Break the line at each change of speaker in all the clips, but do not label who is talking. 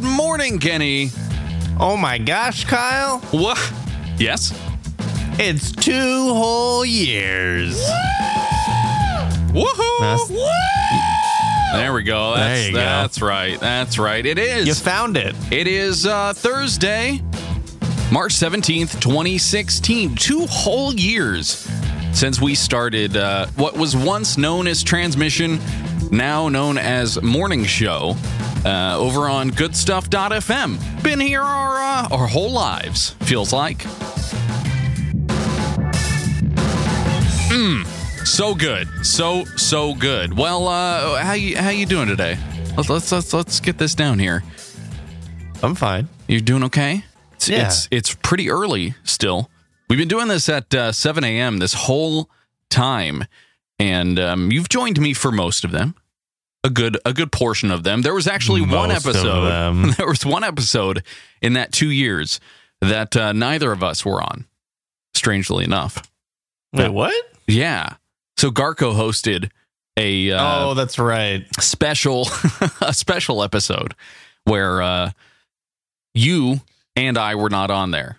morning, Kenny.
Oh my gosh, Kyle.
What? Yes?
It's two whole years.
Woohoo!
That's-
there we go. That's,
There you go.
that's right. That's right. It is.
You found it.
It is uh, Thursday, March 17th, 2016. Two whole years since we started uh, what was once known as Transmission, now known as Morning Show, uh, over on goodstuff.fm. Been here our, uh, our whole lives, feels like. Mmm, Hmm, so good. So, so good. Well, uh, how you, how you doing today? Let's, let's, let's, let's get this down here.
I'm fine.
You're doing okay? It's,
Yeah.
it's it's pretty early still. We've been doing this at uh, 7 a.m. this whole time, and um, you've joined me for most of them. A good a good portion of them. There was actually one
Most of
episode.
them.
There was one episode in that two years that uh, neither of us were on. Strangely enough,
Wait, what?
yeah. So Garco hosted a uh,
oh, that's right.
special a special episode where uh you and I were not on there.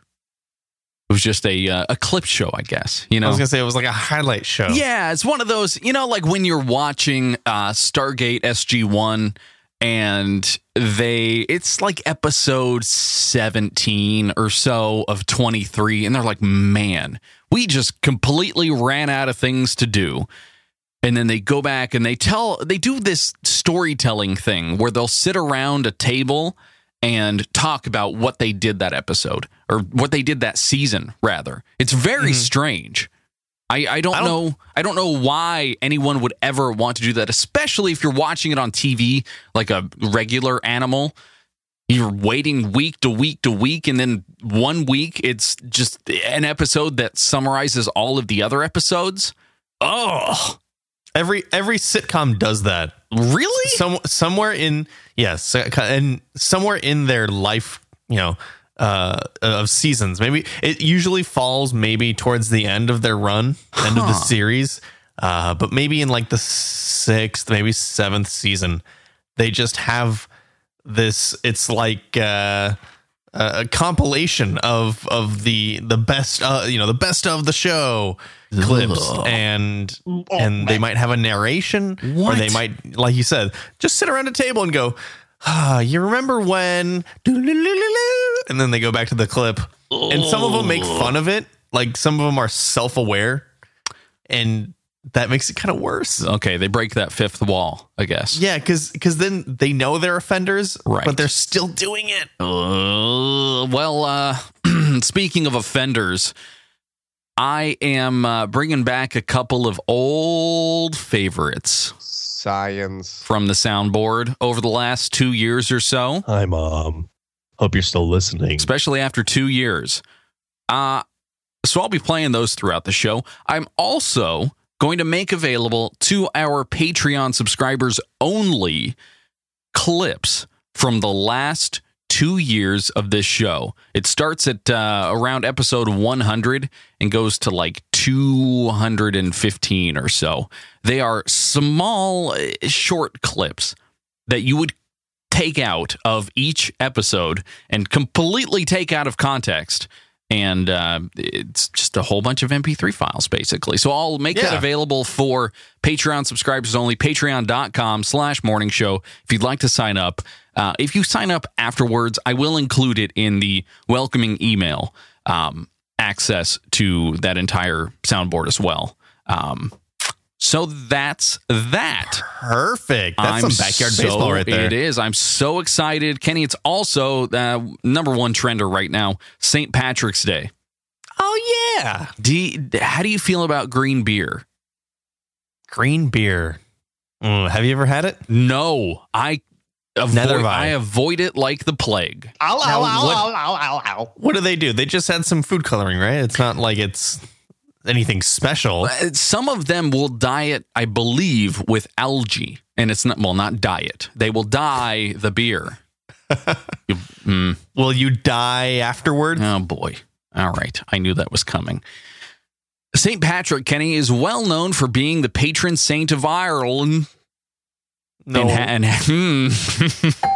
It was just a uh, a clip show, I guess. You
I was
know.
gonna say it was like a highlight show.
Yeah, it's one of those, you know, like when you're watching uh Stargate SG-1 and they it's like episode 17 or so of 23 and they're like, "Man, we just completely ran out of things to do." and then they go back and they tell they do this storytelling thing where they'll sit around a table and talk about what they did that episode or what they did that season rather it's very strange I, I don't
I don't-
know I don't know why anyone would ever want to do that, especially if you're watching it on TV like a regular animal. You're waiting week to week to week, and then one week it's just an episode that summarizes all of the other episodes. Oh,
Every every sitcom does that.
Really?
Some somewhere in yes, and somewhere in their life, you know, uh, of seasons. Maybe it usually falls maybe towards the end of their run, end of the
Huh.
series. Uh, but maybe in like the sixth, maybe seventh season, they just have this. It's like uh, a compilation of of the the best, uh, you know, the best of the show clips,
Ugh.
and and they might have a narration or
Oh What?
they might like you said just sit around a table and go ah you remember when Doo-doo-doo-doo-doo." and then they go back to the clip and some of them make fun of it like some of them are self-aware and that makes it kind of worse
Okay, they break that fifth wall, I guess.
yeah because because then they know they're offenders
Right.
but they're still doing it
Uh, well, uh, speaking of offenders, I am uh, bringing back a couple of old favorites
Science.
from the soundboard over the last two years or so,
Hi, Mom. Hope you're still listening.
especially after two years. Uh, so I'll be playing those throughout the show. I'm also going to make available to our Patreon subscribers only clips from the last two years of this show. It starts at uh, around episode 100 and goes to like 215 or so. They are small, eh, short clips that you would take out of each episode and completely take out of context. And uh, it's just a whole bunch of MP3 files, basically. So I'll make that
Yeah.
available for Patreon subscribers only, patreon.com slash morning show. If you'd like to sign up, uh, if you sign up afterwards, I will include it in the welcoming email um, access to that entire soundboard as well. Um, so that's that.
perfect that's some backyard
so-
baseball right there
It is. I'm so excited, Kenny. It's also uh, number one trender right now, St. Patrick's Day.
oh yeah
Do you- how do you feel about green beer?
green beer Mm, have you ever had it
No, I avoid,
Neither have
I.
I.
avoid it like the plague.
Ow,
Now
ow, ow,
what-
ow, ow, ow, ow.
what do they do they just had some food coloring right it's not like it's anything special
Uh, Some of them will diet, I believe, with algae, and it's not well, not diet. They will dye the beer. You- mm,
Will you die afterward?
oh boy! All right, I knew that was coming. St. Patrick Kenny is well known for being the patron saint of Ireland.
No,
and, ha- and, hmm,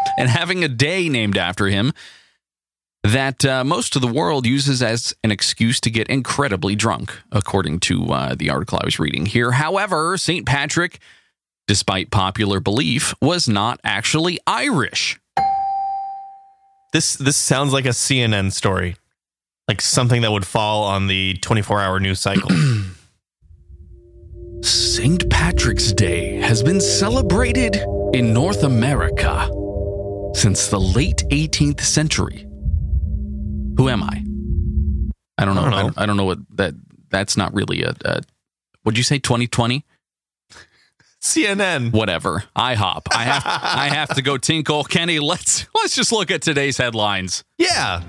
and having a day named after him that uh, most of the world uses as an excuse to get incredibly drunk, according to uh, the article I was reading here. However, St. Patrick, despite popular belief, was not actually Irish.
this this sounds like a CNN story, like something that would fall on the 24 hour news cycle.
St. Patrick's Day has been celebrated in North America since the late 18th century. Who am I? I don't know. I don't know, I don't, know what that. That's not really a. a would you say 2020?
CNN.
Whatever. I hop. I have. I have to go tinkle. Kenny, let's let's just look at today's headlines.
Yeah.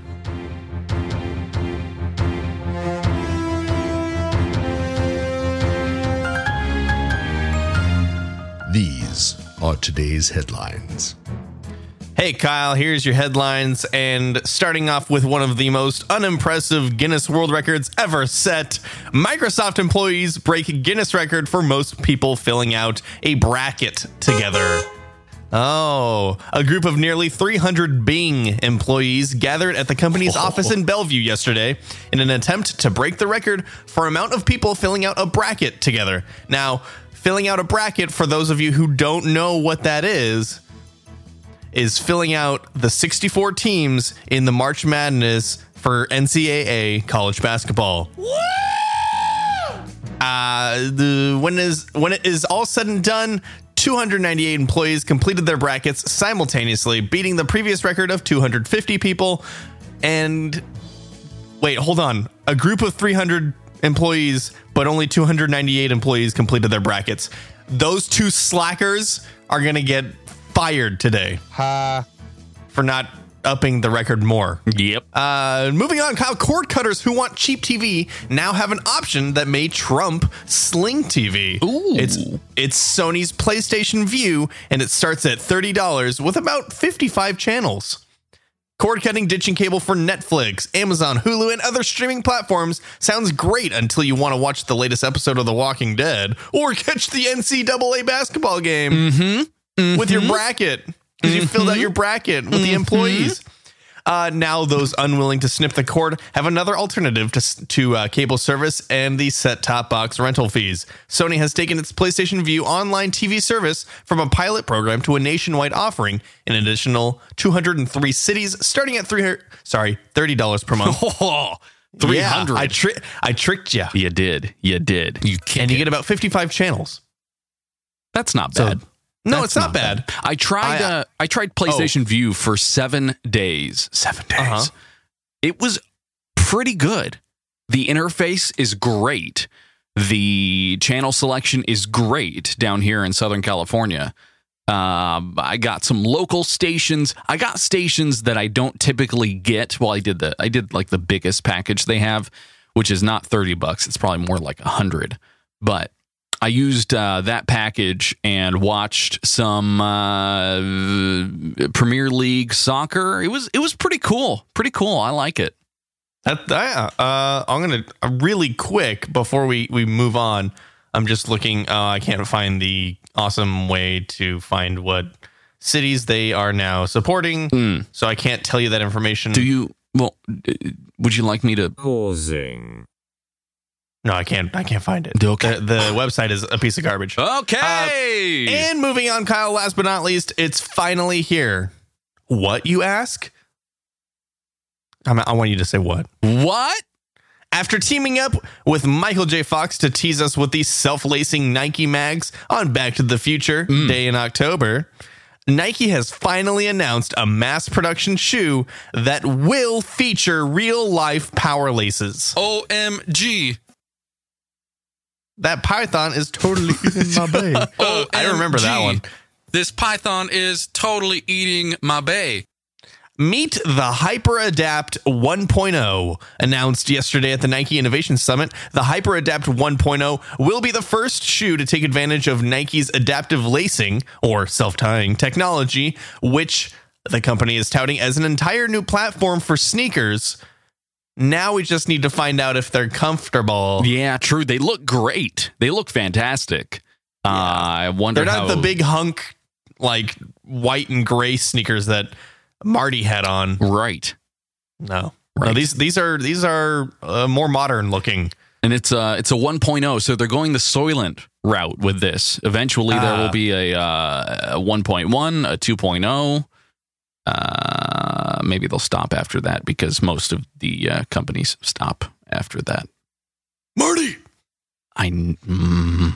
These are today's headlines.
Hey, Kyle, here's your headlines. And starting off with one of the most unimpressive Guinness World Records ever set Microsoft employees break Guinness record for most people filling out a bracket together. Oh, a group of nearly 300 Bing employees gathered at the company's office in Bellevue yesterday in an attempt to break the record for amount of people filling out a bracket together. Now, filling out a bracket for those of you who don't know what that is, is filling out the 64 teams in the March Madness for NCAA college basketball. Uh, the, when is when it is all said and done, 298 employees completed their brackets simultaneously, beating the previous record of 250 people. And wait, hold on, a group of 300 employees, but only 298 employees completed their brackets. Those two slackers are gonna get fired today
Ha.
for not upping the record more.
Yep.
Uh, moving on, Kyle, cord cutters who want cheap TV now have an option that may trump Sling TV.
Ooh.
It's it's Sony's PlayStation View, and it starts at thirty dollars with about fifty-five channels. Cord cutting, ditching cable for Netflix, Amazon, Hulu, and other streaming platforms sounds great until you want to watch the latest episode of The Walking Dead or catch the NCAA basketball game with
Mm-hmm.
your bracket because you filled out your bracket with the employees. Uh, now those unwilling to snip the cord have another alternative to, s- to uh, cable service and the set-top box rental fees. Sony has taken its PlayStation View online TV service from a pilot program to a nationwide offering in an additional 203 cities, starting at three hundred. Sorry, thirty dollars per month.
Three
Yeah,
hundred.
I tri- I tricked you,
you did. You did. You
and you get about 55 channels.
That's not
So-
bad.
No,
That's
it's not, bad.
I tried.
I, uh,
uh, I tried PlayStation View for seven days. Seven days.
Uh-huh.
It was pretty good. The interface is great. The channel selection is great down here in Southern California. Um, I got some local stations. I got stations that I don't typically get. Well, I did the I did like the biggest package they have, which is not thirty bucks. It's probably more like a hundred. But I used uh, that package and watched some uh, Premier League soccer. It was it was pretty cool. Pretty cool. I like it.
That, uh, uh, I'm gonna uh, really quick before we we move on. I'm just looking. Uh, I can't find the awesome way to find what cities they are now supporting,
Hmm.
so I can't tell you that information.
Do you? Well, uh, would you like me to?
Pausing.
No, I can't. I can't find it.
Okay.
The,
Oh,
the website is a piece of garbage.
Okay.
And moving on, Kyle. Last but not least, it's finally here. What you ask? I'm, I want you to say what.
what?
After teaming up with Michael J. Fox to tease us with these self lacing Nike mags on Back to the Future Day in October, Nike has finally announced a mass production shoe that will feature real life power laces.
Oh. Omg.
That python is totally in my bag.
Oh,
I remember that one.
This python is totally eating my bay.
Meet the HyperAdapt 1.0. Announced yesterday at the Nike Innovation Summit, the HyperAdapt 1.0 will be the first shoe to take advantage of Nike's adaptive lacing or self tying technology, which the company is touting as an entire new platform for sneakers. Now we just need to find out if they're comfortable.
Yeah, true. They look great. They look fantastic. Uh, I wonder.
They're not
how-
the big hunk like white and gray sneakers that Marty had on.
Right.
No, no,
Right.
these these are these are uh, more modern looking.
And it's a it's a 1.0, so they're going the Soylent route with this. Eventually, there
Ah.
will be a, uh, a 1.1, a 2.0. Uh, maybe they'll stop after that because most of the uh, companies stop after that.
Marty,
I kn- mm,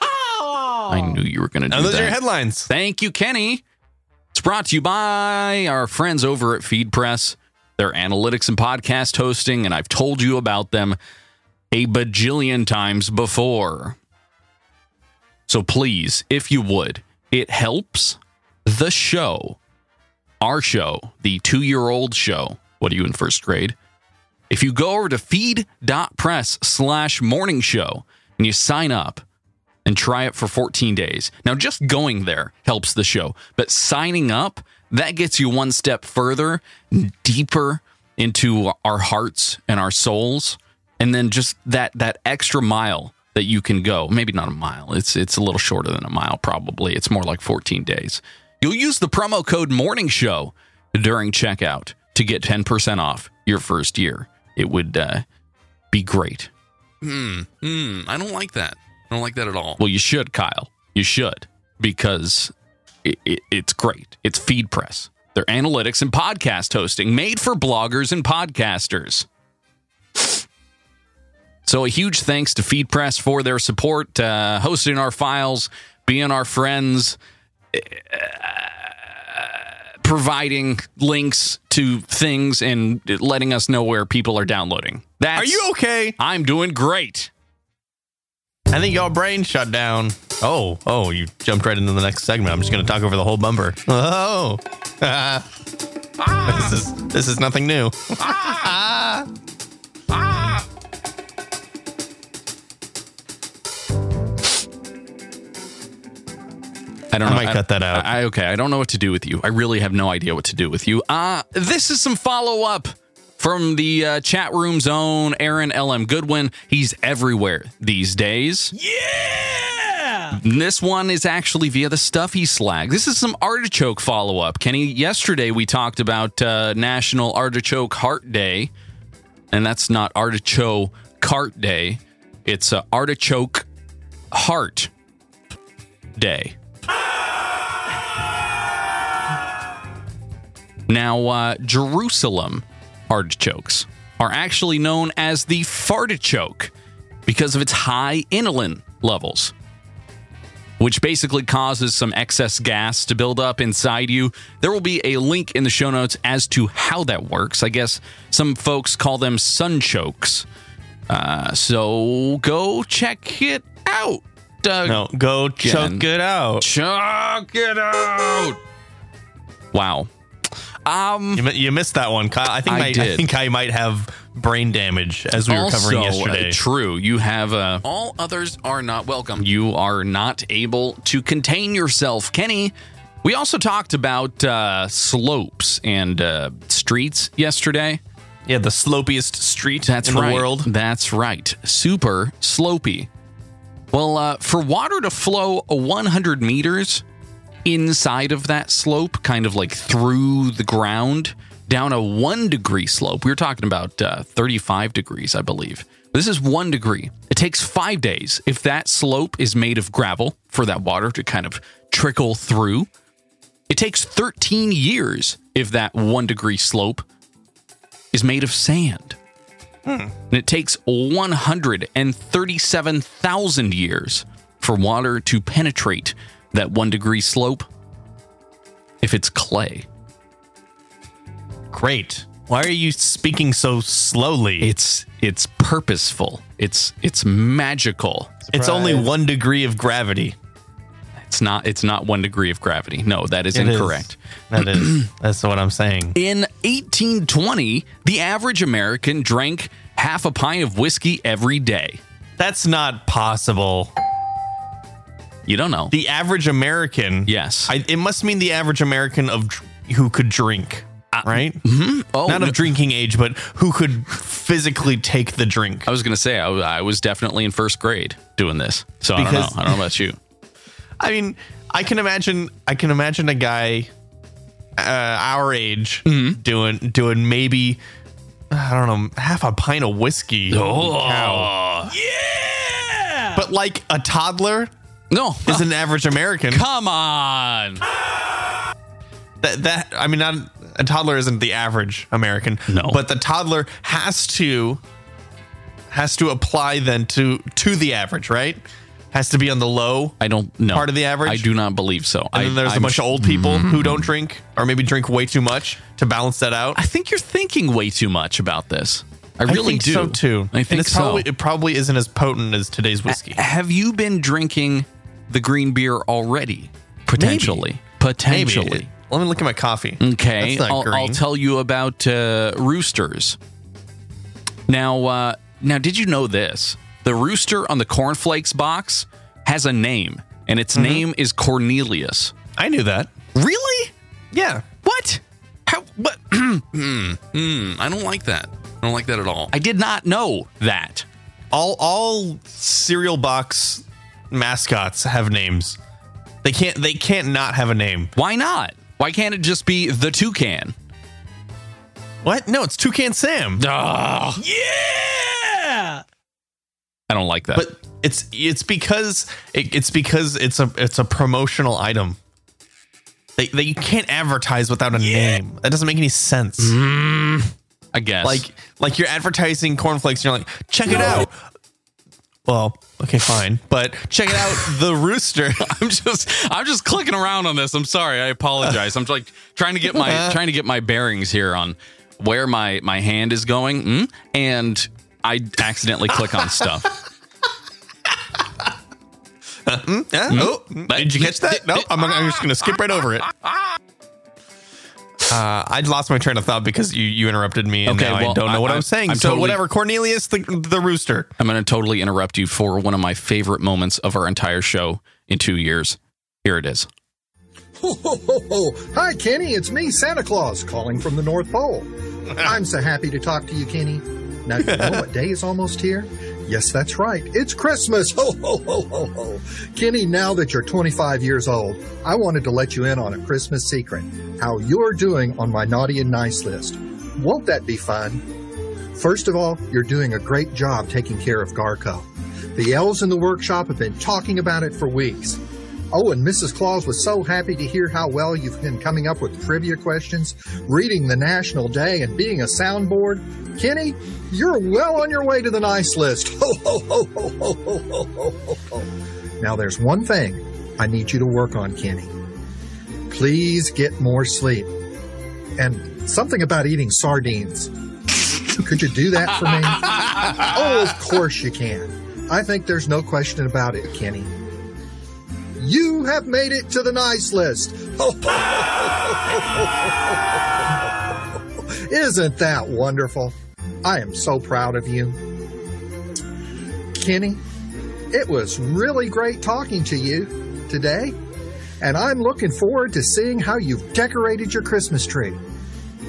I knew you were going to
and
do
those are your
that.
headlines.
Thank you, Kenny. It's brought to you by our friends over at Feed Press. Their analytics and podcast hosting, and I've told you about them a bajillion times before. So please, if you would, it helps the show, our show, the two year old show. What are you in first grade? If you go over to feed.press slash morning show and you sign up, and try it for 14 days. Now, just going there helps the show, but signing up, that gets you one step further, deeper into our hearts and our souls. And then just that that extra mile that you can go, maybe not a mile. It's it's a little shorter than a mile probably. It's more like 14 days. You'll use the promo code morning show during checkout to get 10% off your first year. It would uh, be great. Hmm. Mm, I don't like that. I don't like that at all. Well, you should, Kyle. You should because it, it, it's great. It's Feed Press. They're analytics and podcast hosting made for bloggers and podcasters. So, a huge thanks to Feed Press for their support, uh, hosting our files, being our friends, uh, providing links to things, and letting us know where people are downloading. That's,
Are you okay?
I'm doing great.
I think your brain shut down. Oh, oh, you jumped right into the next segment. I'm just going to talk over the whole bumper. Oh, this is this is nothing new.
I don't
I
know.
might cut that out.
I, I- okay. I don't know what to do with you. I really have no idea what to do with you. Uh, this is some follow up from the uh, chat room's own Aaron L.M. Goodwin. He's everywhere these days.
Yeah!
This one is actually via the stuffy slag. This is some artichoke follow up. Kenny, yesterday we talked about uh, National Artichoke Heart Day, and that's not artichoke cart day, it's uh, artichoke heart day. Now, uh, Jerusalem artichokes are actually known as the fartichoke because of its high inulin levels which basically causes some excess gas to build up inside you. There will be a link in the show notes as to how that works. I guess some folks call them sunchokes. Uh, so go check it out. Uh,
No, go
Again.
choke it out.
Check it out. Wow. Um.
You, mi- you missed that one, Kyle. I think
I
I,
did.
I think I might have brain damage as we were covering
also, uh,
yesterday.
true. You have uh, all others are not welcome. You are not able to contain yourself, Kenny. We also talked about uh, slopes and uh, streets yesterday.
yeah, the slopiest street
That's
in
right.
the world.
That's right. Super slopey. Well, uh, for water to flow 100 meters inside of that slope, kind of like through the ground, down a one degree slope. We were talking about uh, 35 degrees, I believe. This is one degree. It takes five days. If that slope is made of gravel for that water to kind of trickle through, it takes 13 years if that one degree slope is made of sand and it takes 137,000 years for water to penetrate that one degree slope if it's clay.
Great. Why are you speaking so slowly?
It's it's purposeful. It's it's magical.
it's only one degree of gravity.
It's not it's not one degree of gravity. No, that is
It is.
incorrect.
That is. That's what I'm saying.
In 1820, the average American drank half a pint of whiskey every day.
That's not possible.
You don't know.
The average American.
yes.
I, it must mean the average American of dr- who could drink, right?
Uh, oh,
Not
no.
of drinking age, but who could physically take the drink.
I was going to say I, I was definitely in first grade doing this. So I don't
Because-
know. I don't know about you.
I mean, I can imagine. I can imagine a guy uh, our age
Mm-hmm.
doing doing maybe I don't know half a pint of whiskey. Holy
Oh.
cow.
Yeah!
But like a toddler
No,
is an average American.
come on.
that that I mean, not a toddler isn't the average American.
No.
but the toddler has to has to apply then to to the average, right? Has to be on the low.
I don't know.
Part of the average?
I do not believe so. I,
And then there's a
I'm- mm-hmm.
bunch of old people who don't drink or maybe drink way too much to balance that out.
I think you're thinking way too much about this. I really
think
do
so too.
I
and
think
it's
so.
Probably, it probably isn't as potent as today's whiskey.
Have you been drinking the green beer already? Potentially.
Maybe.
Potentially.
Let me look at my coffee.
Okay,
That's not
I'll, I'll
green.
tell you about uh, roosters. Now, uh, now, did you know this? The rooster on the cornflakes box has a name, and its
Mm-hmm.
name is Cornelius.
I knew that.
Really?
Yeah.
What? How? hmm, What?
I don't like that. I don't like that at all.
I did not know that.
all all cereal box mascots have names. They can't they can't not have a name.
Why not? Why can't it just be the toucan?
What? No, it's Toucan Sam. Ah.
Yeah!
I don't like that.
But it's it's because it, it's because it's a it's a promotional item. They they you can't advertise without a name. That doesn't make any sense.
I guess
Like like you're advertising cornflakes and you're like, "Check it out." Well, okay, fine. But check it out, the rooster.
I'm just I'm just clicking around on this. I'm sorry. I apologize. I'm like trying to get my trying to get my bearings here on where my my hand is going, mm, and I accidentally click on stuff.
Yeah?
Hmm?
Oh, did you catch that? No, I'm, I'm just going to skip right over it. Uh, I lost my train of thought because you, you interrupted me, and
Okay,
now
well,
I don't know what
I-
I,
I'm-
was saying.
I'm
so
totally-
whatever, Cornelius the, the rooster.
I'm going to totally interrupt you for one of my favorite moments of our entire show in two years. Here it is.
Ho, ho, ho, ho. Hi, Kenny. It's me, Santa Claus, calling from the North Pole. I'm so happy to talk to you, Kenny. Now, you know what day is almost here? Yes, that's right. It's Christmas. Ho, ho, ho, ho, ho. Kenny, now that you're 25 years old, I wanted to let you in on a Christmas secret how you're doing on my naughty and nice list. Won't that be fun? First of all, you're doing a great job taking care of Garco. The elves in the workshop have been talking about it for weeks. Oh, and Mrs. Claus was so happy to hear how well you've been coming up with trivia questions, reading the National Day, and being a soundboard. Kenny, you're well on your way to the nice list. Ho, ho, ho, ho, ho, ho, ho, ho, ho, ho. Now, there's one thing I need you to work on, Kenny. Please get more sleep. And something about eating sardines. Could you do that for me? oh, of course you can. I think there's no question about it, Kenny. You have made it to the nice list. Isn't that wonderful? I am so proud of you. Kenny, it was really great talking to you today, and I'm looking forward to seeing how you've decorated your Christmas tree.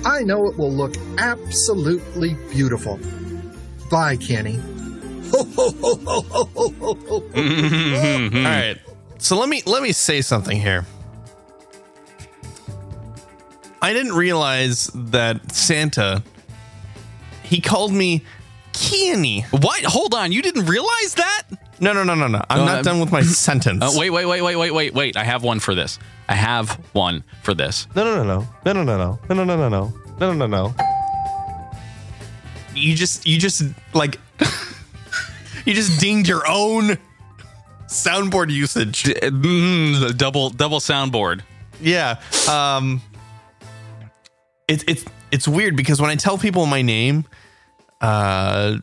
I know it will look absolutely beautiful. Bye, Kenny.
Hmm.
All right. So let me let me say something here. I didn't realize that Santa. He called me Kenny.
What? Hold on. You didn't realize that?
No, no, no, no, no. I'm
No,
not
I'm-
done with my sentence.
Oh, wait, wait, wait, wait, wait, wait, wait. I have one for this. I have one for this.
No, no, no, no, no, no, no, no, no, no, no, no, no, no, no, no. You just, you just like, you just dinged your own soundboard usage.
Mm, the double double soundboard.
Yeah. Um. It's it's it's weird because when I tell people my name, uh,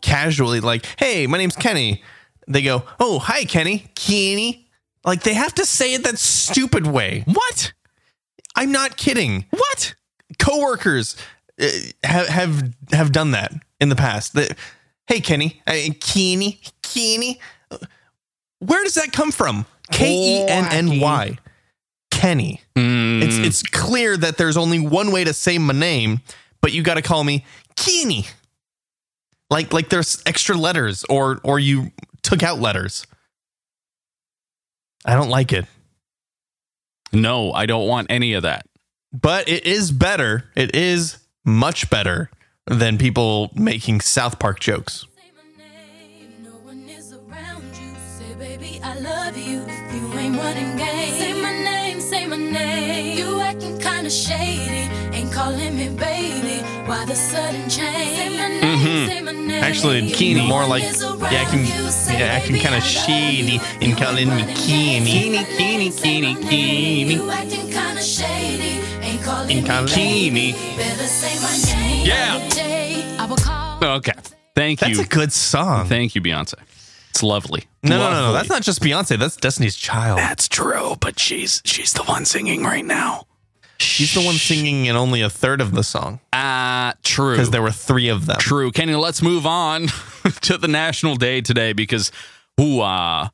casually like, "Hey, my name's Kenny," they go, "Oh, hi, Kenny, Kenny." Like they have to say it that stupid way.
What?
I'm not kidding.
What?
coworkers uh, have have have done that in the past. The, hey, Kenny, I, Kenny, Kenny, uh, where does that come from? K e n n y, Kenny.
Mm,
It's it's clear that there's only one way to say my name, but you got to call me Kenny. Like like there's extra letters, or or you took out letters. I don't like it.
No, I don't want any of that.
but it is better. It is much better than people making South Park jokes.
Say my name, no one is around you. Say, baby, I love you. You ain't running game. Say my name, say my name. You acting kinda shady. Ain't calling me baby. Why the sudden change? Say my name, say my name.
Mm-hmm. Actually, Keeny, more like yeah, I can yeah, I can kind of shady and calling me Keeny.
Keeny, Keeny, Keeny. You acting kinda shady. Ain't calling me
Keeny.
Better say my name.
Yeah.
Any day, I will call.
Okay. Thank
That's
you.
a good song.
Thank you, Beyonce. It's lovely.
No, no, no, no, that's not just Beyonce. That's Destiny's Child.
That's true, but she's she's the one singing right now.
She's the one singing in only a third of the song
Ah, true.
because there were three of them.
True, Kenny. Let's move on to the national day today because, ooh, uh,
Are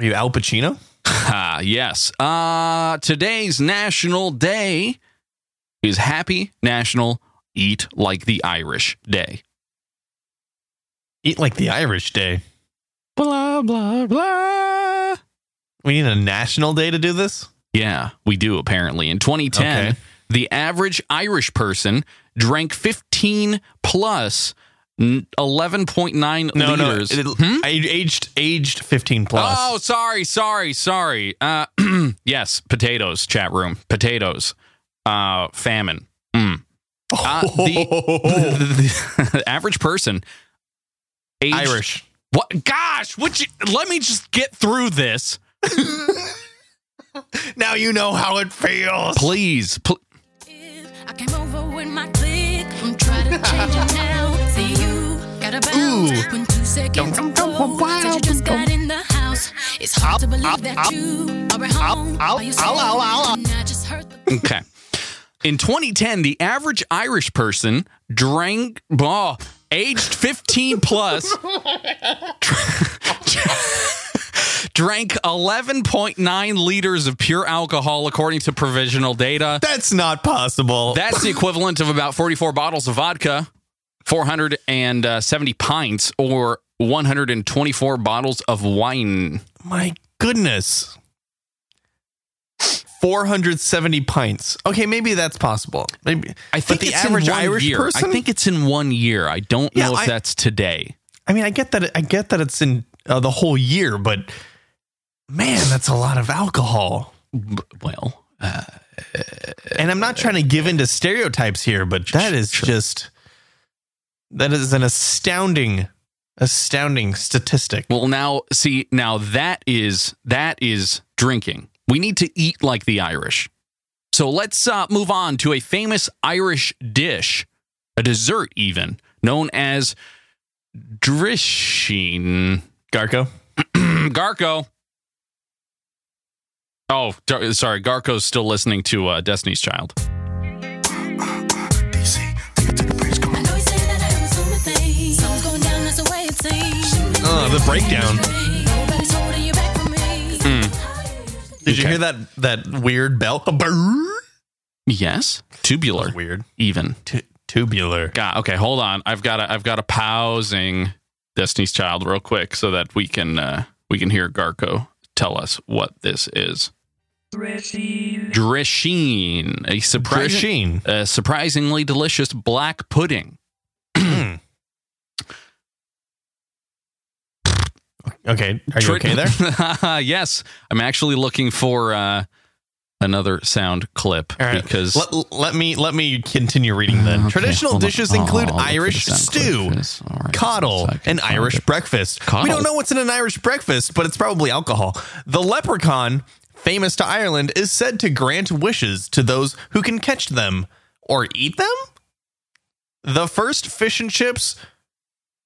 you Al Pacino?
ah, yes, uh, today's national day is Happy National Eat Like the Irish Day.
Eat like the Irish Day.
Blah blah blah.
We need a national day to do this.
Yeah, we do apparently. In 2010,
Okay.
the average Irish person drank 15 plus n- 11.9
No,
liters. Hmm?
no, it- I aged aged fifteen plus.
Oh, sorry, sorry, sorry. Uh, yes, potatoes. Chat room, potatoes. Uh, famine. Mm. Uh, the, the average person, aged-
Irish.
What? Gosh, would you let me just get through this,
Now you know how it feels.
please? Pl-
I came over with my click. I'm trying to change it now. See you got a bounce
Ooh.
when two seconds
Dum, dum,
ago.
dum, wow,
Said you just got in the house. It's hard to believe that you are at home.
ow,
by
ow,
yourself.
ow, ow, ow.
And I just heard the
okay. In 2010, the average Irish person drank, oh, aged 15 plus, dr- drank 11.9 liters of pure alcohol, according to provisional data.
That's not possible.
That's the equivalent of about 44 bottles of vodka, 470 pints, or 124 bottles of wine.
My goodness. 470 pints. Okay, maybe that's possible. Maybe
I think
the
it's in
average
one
Irish
year.
person?
I think it's in one year. I don't
Yeah,
know if
I-
that's today.
I mean, I get that I get that it's in uh, the whole year, but man, that's a lot of alcohol.
B- Well,
And I'm not trying to give into stereotypes here, but that is just that is an astounding astounding statistic.
Well, now see, now that is that is drinking. We need to eat like the Irish. So let's uh, move on to a famous Irish dish, a dessert even known as drisheen.
Garco.
Garco. Oh, dar- sorry, Garco's still listening to uh, Destiny's Child.
I know you say that I am assuming things. Something's going down, that's the way it seems.
uh,
Oh, the breakdown.
Nobody's holding you back from me.
Hmm. Did you hear that that weird bell?
Yes, tubular,
Weird.
even.
Tu- tubular.
God, okay, hold on. I've got to, I've got to pausing Destiny's Child real quick so that we can uh, we can hear Garco tell us what this is. Drisheen, a surprising,
Drasheen.
a surprisingly delicious black pudding.
Okay. Are you okay there?
there? yes, I'm actually looking for uh, another sound clip
All right.
because
let, let me let me continue reading then.
Okay,
Traditional
hold on.
dishes
Oh,
include
I'll look for the
Irish
sound clip
stew,
for this. All right,
coddle,
so I can
and
find
Irish
it.
breakfast. We
Coddle?
don't know what's in an Irish breakfast, but it's probably alcohol. The leprechaun, famous to Ireland, is said to grant wishes to those who can catch them or eat them. The first fish and chips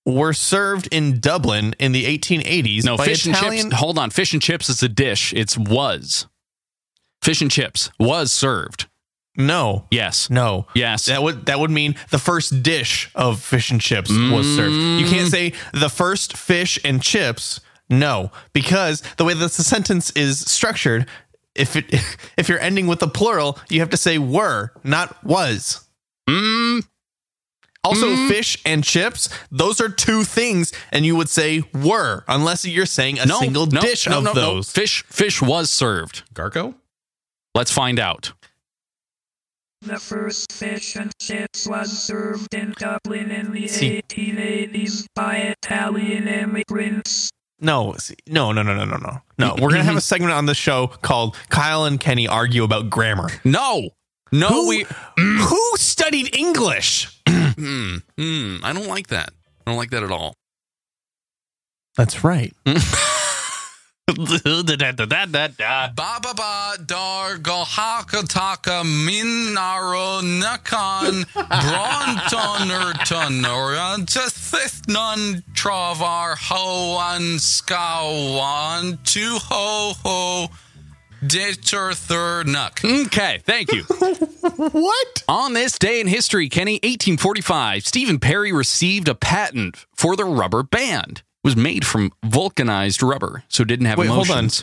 were served in Dublin in the 1880s
No,
by
fish
Italian
and chips. Hold on. Fish and chips is a dish. It's was. Fish and chips was served.
No.
Yes.
No.
Yes.
That would that would mean the first dish of fish and chips was served. You can't say the first fish and chips. No, because the way that the sentence is structured, if it if you're ending with a plural, you have to say were, not was.
Mm,
Also, fish and chips, those are two things, and you would say were, unless you're saying a single dish of those.
Fish fish was served.
Garco?
Let's find out.
The first fish and chips was served in Dublin in the
See.
1880s by Italian immigrants.
No, see- no, no, no, no, no, no. No, we're going to have a segment on the show called Kyle and Kenny Argue About Grammar.
No. No,
Who,
we
who studied English?
Hmm. Hmm. I don't like that. I don't like that at all.
That's right.
Baba ba dar gohaka taka minaro nakan brontonerton orantithnon travar hoan skawan tu ho ho deterthur nuk.
Okay, thank you. what? On this day in history, Kenny, 1845, Stephen Perry received a patent for the rubber band. It was made from vulcanized rubber, so it didn't have
Wait, hold on.
emotions.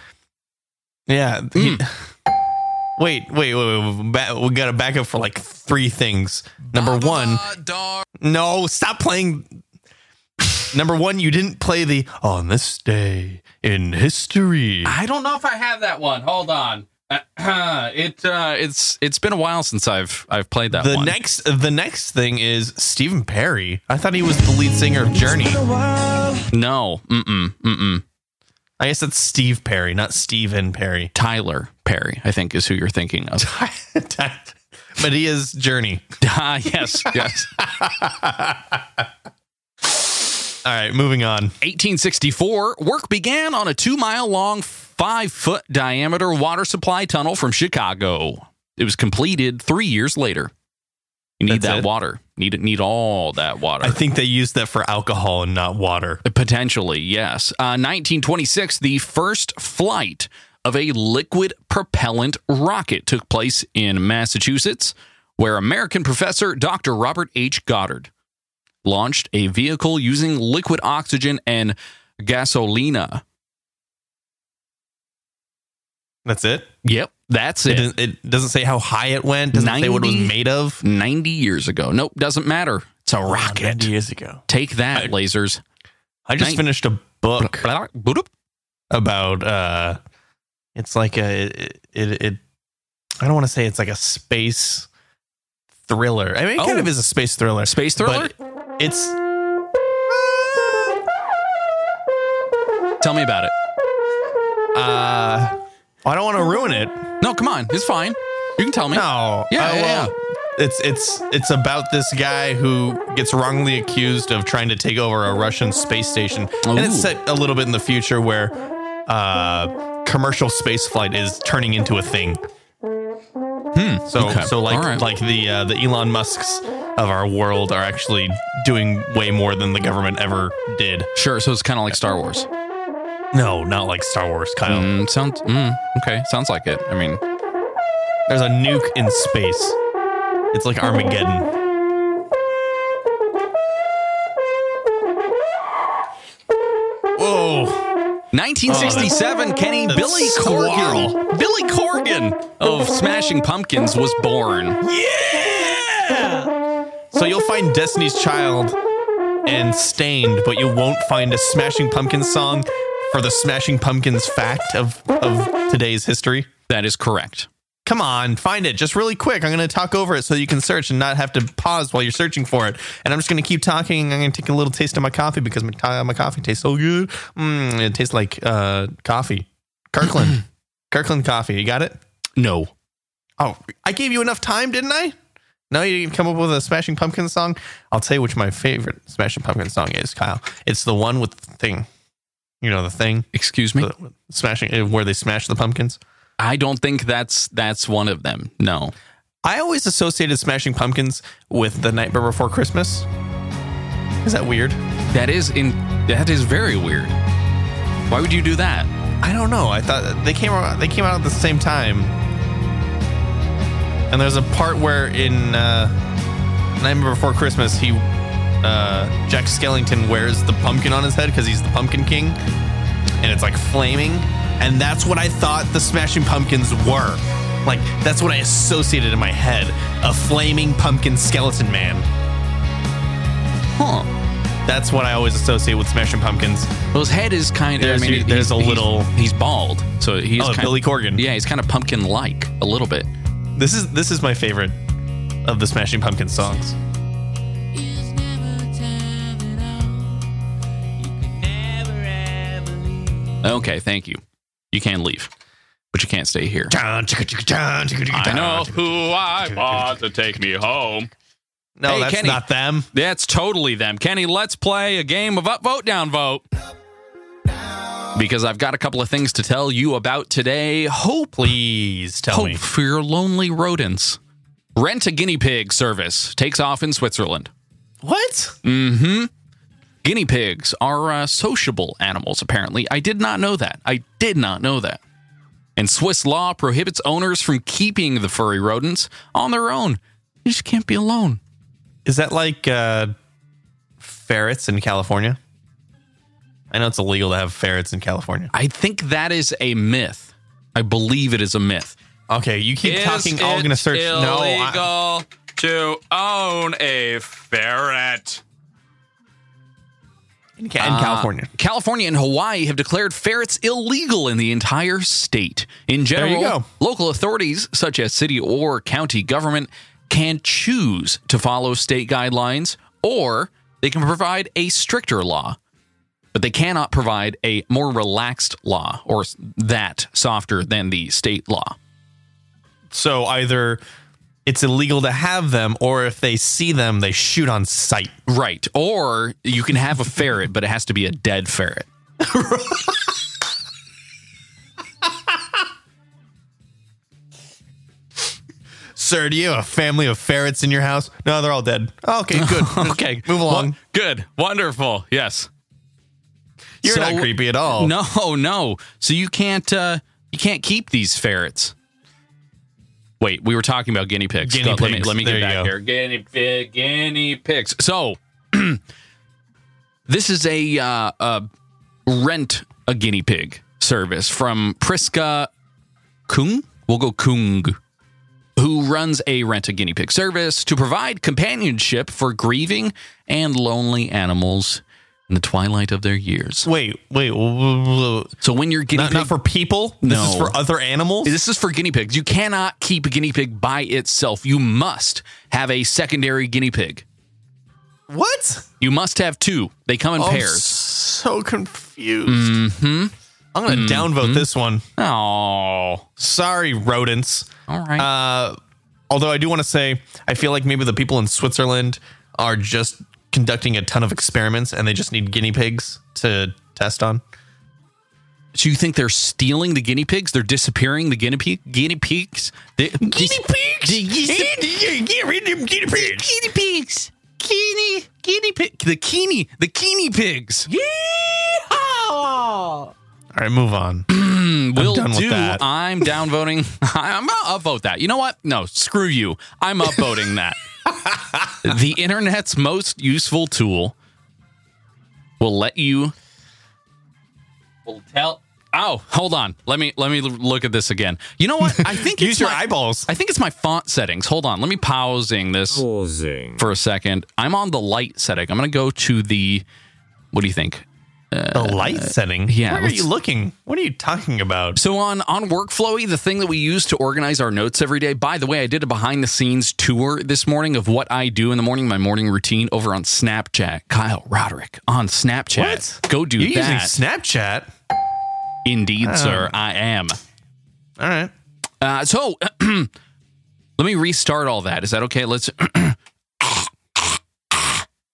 Yeah. he- wait, wait, wait, wait. wait, ba- We got to back up for like three things. Number one,
Ba dar
no, stop playing. Number one, you didn't play the on this day in history.
I don't know if I have that one. Hold on. it uh, it's it's been a while since I've I've played that
The
one.
next, the next thing is Stephen Perry. I thought he was the lead singer of Journey.
no, mm-mm, mm-mm.
I guess that's Steve Perry, not Stephen Perry.
Tyler Perry, I think, is who you're thinking of.
but he is Journey.
Ah, yes, yes.
All right, moving on.
1864, work began on a two mile long, five foot diameter water supply tunnel from Chicago. It was completed three years later. You need
That's
that
it?
water. Need need all that water.
I think they used that for alcohol and not water.
Potentially, yes. Uh, 1926, the first flight of a liquid propellant rocket took place in Massachusetts, where American professor Dr. Robert H. Goddard launched a vehicle using liquid oxygen and gasolina.
That's it.
Yep, that's
It,
it.
doesn't- it doesn't say how high it went. Doesn't say what it was
90?
made of.
90 years ago. Nope, doesn't matter. It's a rocket.
years ago.
Take that,
I-
lasers.
I just
Nin-
finished a book
Boop.
about. uh It's like a. It. it, it I don't want to say it's like a space thriller. I mean, it kind
Oh.
of is a space thriller.
Space thriller?
But it's
Tell me about it.
Uh, I don't want to ruin it.
No, come on. It's fine. You can tell me.
No.
Yeah,
Uh,
yeah,
well, It's it's it's about this guy who gets wrongly accused of trying to take over a Russian space station, and it's
Ooh.
set a little bit in the future where uh, commercial space flight is turning into a thing. So
Hmm, okay.
so like
All right.
like the uh, the Elon Musk's of our world are actually doing way more than the government ever did.
Sure, so it's kind of like Star Wars.
No, not like Star Wars, Kyle.
Mm, sounds mm, okay. Sounds like it. I mean,
There's a nuke in space. It's like Armageddon. Whoa! Oh.
1967. Kenny
that
Billy
squirrel.
Corgan. Billy Corgan of Smashing Pumpkins was born.
So you'll find Destiny's Child and Stained, but you won't find a Smashing Pumpkins song for the Smashing Pumpkins fact of of today's history.
That is correct.
Come on, find it just really quick. I'm going to talk over it so you can search and not have to pause while you're searching for it. And I'm just going to keep talking. I'm going to take a little taste of my coffee because my, ta- my coffee tastes so good. Mm, it tastes like uh, coffee. Kirkland. Kirkland coffee. You got it?
No.
Oh, I gave you enough time, didn't I? No, you didn't come up with a Smashing Pumpkin song. I'll tell you which my favorite Smashing Pumpkin song is, Kyle. It's the one with the thing. You know, the thing?
Excuse me.
The- smashing, uh, where they smash the pumpkins.
I don't think that's that's one of them. No.
I always associated Smashing Pumpkins with The Nightmare Before Christmas. Is that weird?
That is in. That is very weird. Why would you do that?
I don't know. I thought they came out, they came out at the same time. And there's a part where in uh, Nightmare Before Christmas, he uh, Jack Skellington wears the pumpkin on his head because he's the Pumpkin King, and it's like flaming. And that's what I thought the Smashing Pumpkins were. Like that's what I associated in my head: a flaming pumpkin skeleton man. That's what I always associate with Smashing Pumpkins.
Well, his head is kind of.
There's
I mean,
your- there's
he's-
a
he's-
little-
He's, bald, so he's
oh,
kind
Billy Corgan.
Yeah, he's kind of pumpkin-like a little bit.
This is this is my favorite of the Smashing Pumpkins songs.
Okay, thank you. You can leave, but you can't stay here.
I
I know who I want to take me home.
No,
Hey,
that's
Kenny.
not them.
That's totally them. Kenny, let's play a game of upvote, downvote. Because I've got a couple of things to tell you about today. Hope,
Please tell
hope
me.
for your lonely rodents. Rent a guinea pig service takes off in Switzerland.
What?
Mm-hmm. Guinea pigs are uh, sociable animals, apparently. I did not know that. I did not know that. And Swiss law prohibits owners from keeping the furry rodents on their own. You just can't be alone.
Is that like uh, ferrets in California? I know it's illegal to have ferrets in California.
I think that is a myth. I believe it is a myth.
Okay, you keep talking. I'm gonna search. No, I,
illegal to own a ferret.
in, Ca- in
Ah.
California.
Uh, California and Hawaii have declared ferrets illegal in the entire state. In
you
general,
go.
local authorities, such as city or county government, can choose to follow state guidelines or they can provide a stricter law. But they cannot provide a more relaxed law or s- that softer than the state law.
So either it's illegal to have them, or if they see them, they shoot on sight.
Right. Or you can have a ferret, but it has to be a dead ferret.
Sir, do you have a family of ferrets in your house? No, they're all dead. Okay, good. okay, move along.
Good. Wonderful. Yes.
You're
So-
not creepy at all.
No, no. So you can't uh you can't keep these ferrets. Wait, we were talking about guinea pigs.
Guinea
Let me
pigs.
let me
There
get
you go.
back here. Guinea pig, guinea pigs. So this is a uh, uh rent a guinea pig service from Priska Kung. We'll go Kung. Who runs a rent a guinea pig service to provide companionship for grieving and lonely animals in the twilight of their years?
Wait, wait. w- w- w-
So when you're guinea
Not,
pig,
not for people. This is
No.
for other animals.
this is for guinea pigs. You cannot keep a guinea pig by itself. You must have a secondary guinea pig.
what?
You must have two. They come in
Oh, I'm
pairs.
so confused. Mm-hmm. I'm gonna downvote this one.
Oh,
Sorry, rodents.
all right.
Uh, although I do want to say, I feel like maybe the people in Switzerland are just conducting a ton of experiments, and they just need guinea pigs to test on.
so you think they're stealing the guinea pigs? They're disappearing the guinea pig guinea pigs? They, guinea pigs.
guinea pigs.
guinea pigs. Guinea guinea pig. The guinea the guinea pigs.
All right, move on.
will
done with
do.
that.
I'm downvoting. I'm gonna upvote that. You know what? No, screw you. I'm upvoting that. the internet's most useful tool will let you. Will tell. Oh, hold on. Let me let me l- look at this again. You know what? I think
Use
it's
your
my-
eyeballs.
I think it's my font settings. Hold on. Let me pausing this
Pausing.
for a second. I'm on the light setting. I'm gonna go to the. What do you think?
the light setting.
Uh, yeah,
Where are
let's-
you looking? What are you talking about?
So on on Workflowy, the thing that we use to organize our notes every day. By the way, I did a behind the scenes tour this morning of what I do in the morning, my morning routine over on Snapchat. Kyle Roderick on Snapchat.
What?
Go do
You're using Oh.
that.
Snapchat.
Indeed, sir, I am.
All right.
Uh, so let me restart all that. Is that okay? Let's.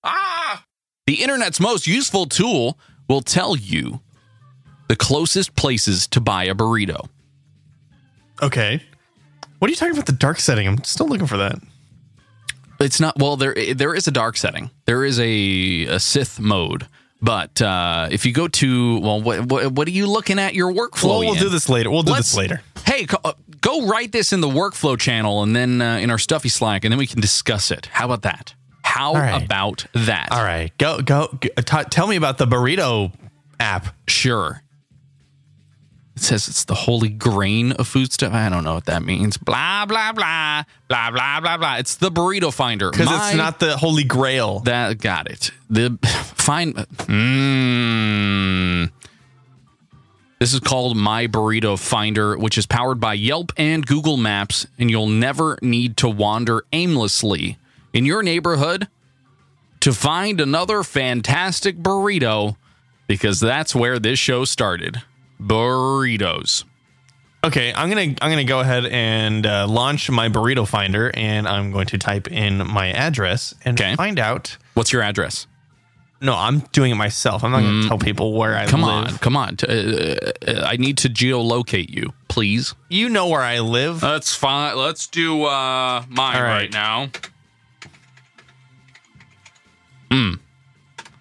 Ah! The internet's most useful tool will tell you the closest places to buy a burrito.
Okay. What are you talking about? The dark setting. I'm still looking for that.
It's not well. There there is a dark setting. There is a, a Sith mode. But uh, if you go to well, what, what what are you looking at your workflow?
Well, we'll
in?
do this later. We'll do
Let's-
this later.
Hey, go, uh, go write this in the workflow channel and then uh, in our stuffy Slack, and then we can discuss it. How about that? How
right.
about that?
All right. Go go. go t- tell me about the burrito app.
Sure. It says it's the holy grain of foodstuff. I don't know what that means. Blah blah blah blah blah blah blah. It's the burrito finder
Because
My-
it's not the holy grail.
That got it. The Find. Mmm. This is called My Burrito Finder, which is powered by Yelp and Google Maps, and you'll never need to wander aimlessly in your neighborhood to find another fantastic burrito because that's where this show started. Burritos.
Okay, I'm gonna I'm gonna go ahead and uh, launch my burrito finder, and I'm going to type in my address and
Okay.
find out.
What's your address?
No, I'm doing it myself. I'm not gonna tell people where I
Mm. Come
live.
on, come on. T- uh, uh, I need to geolocate you, please.
You know where I live.
That's fine. Let's do uh, mine
All right.
now.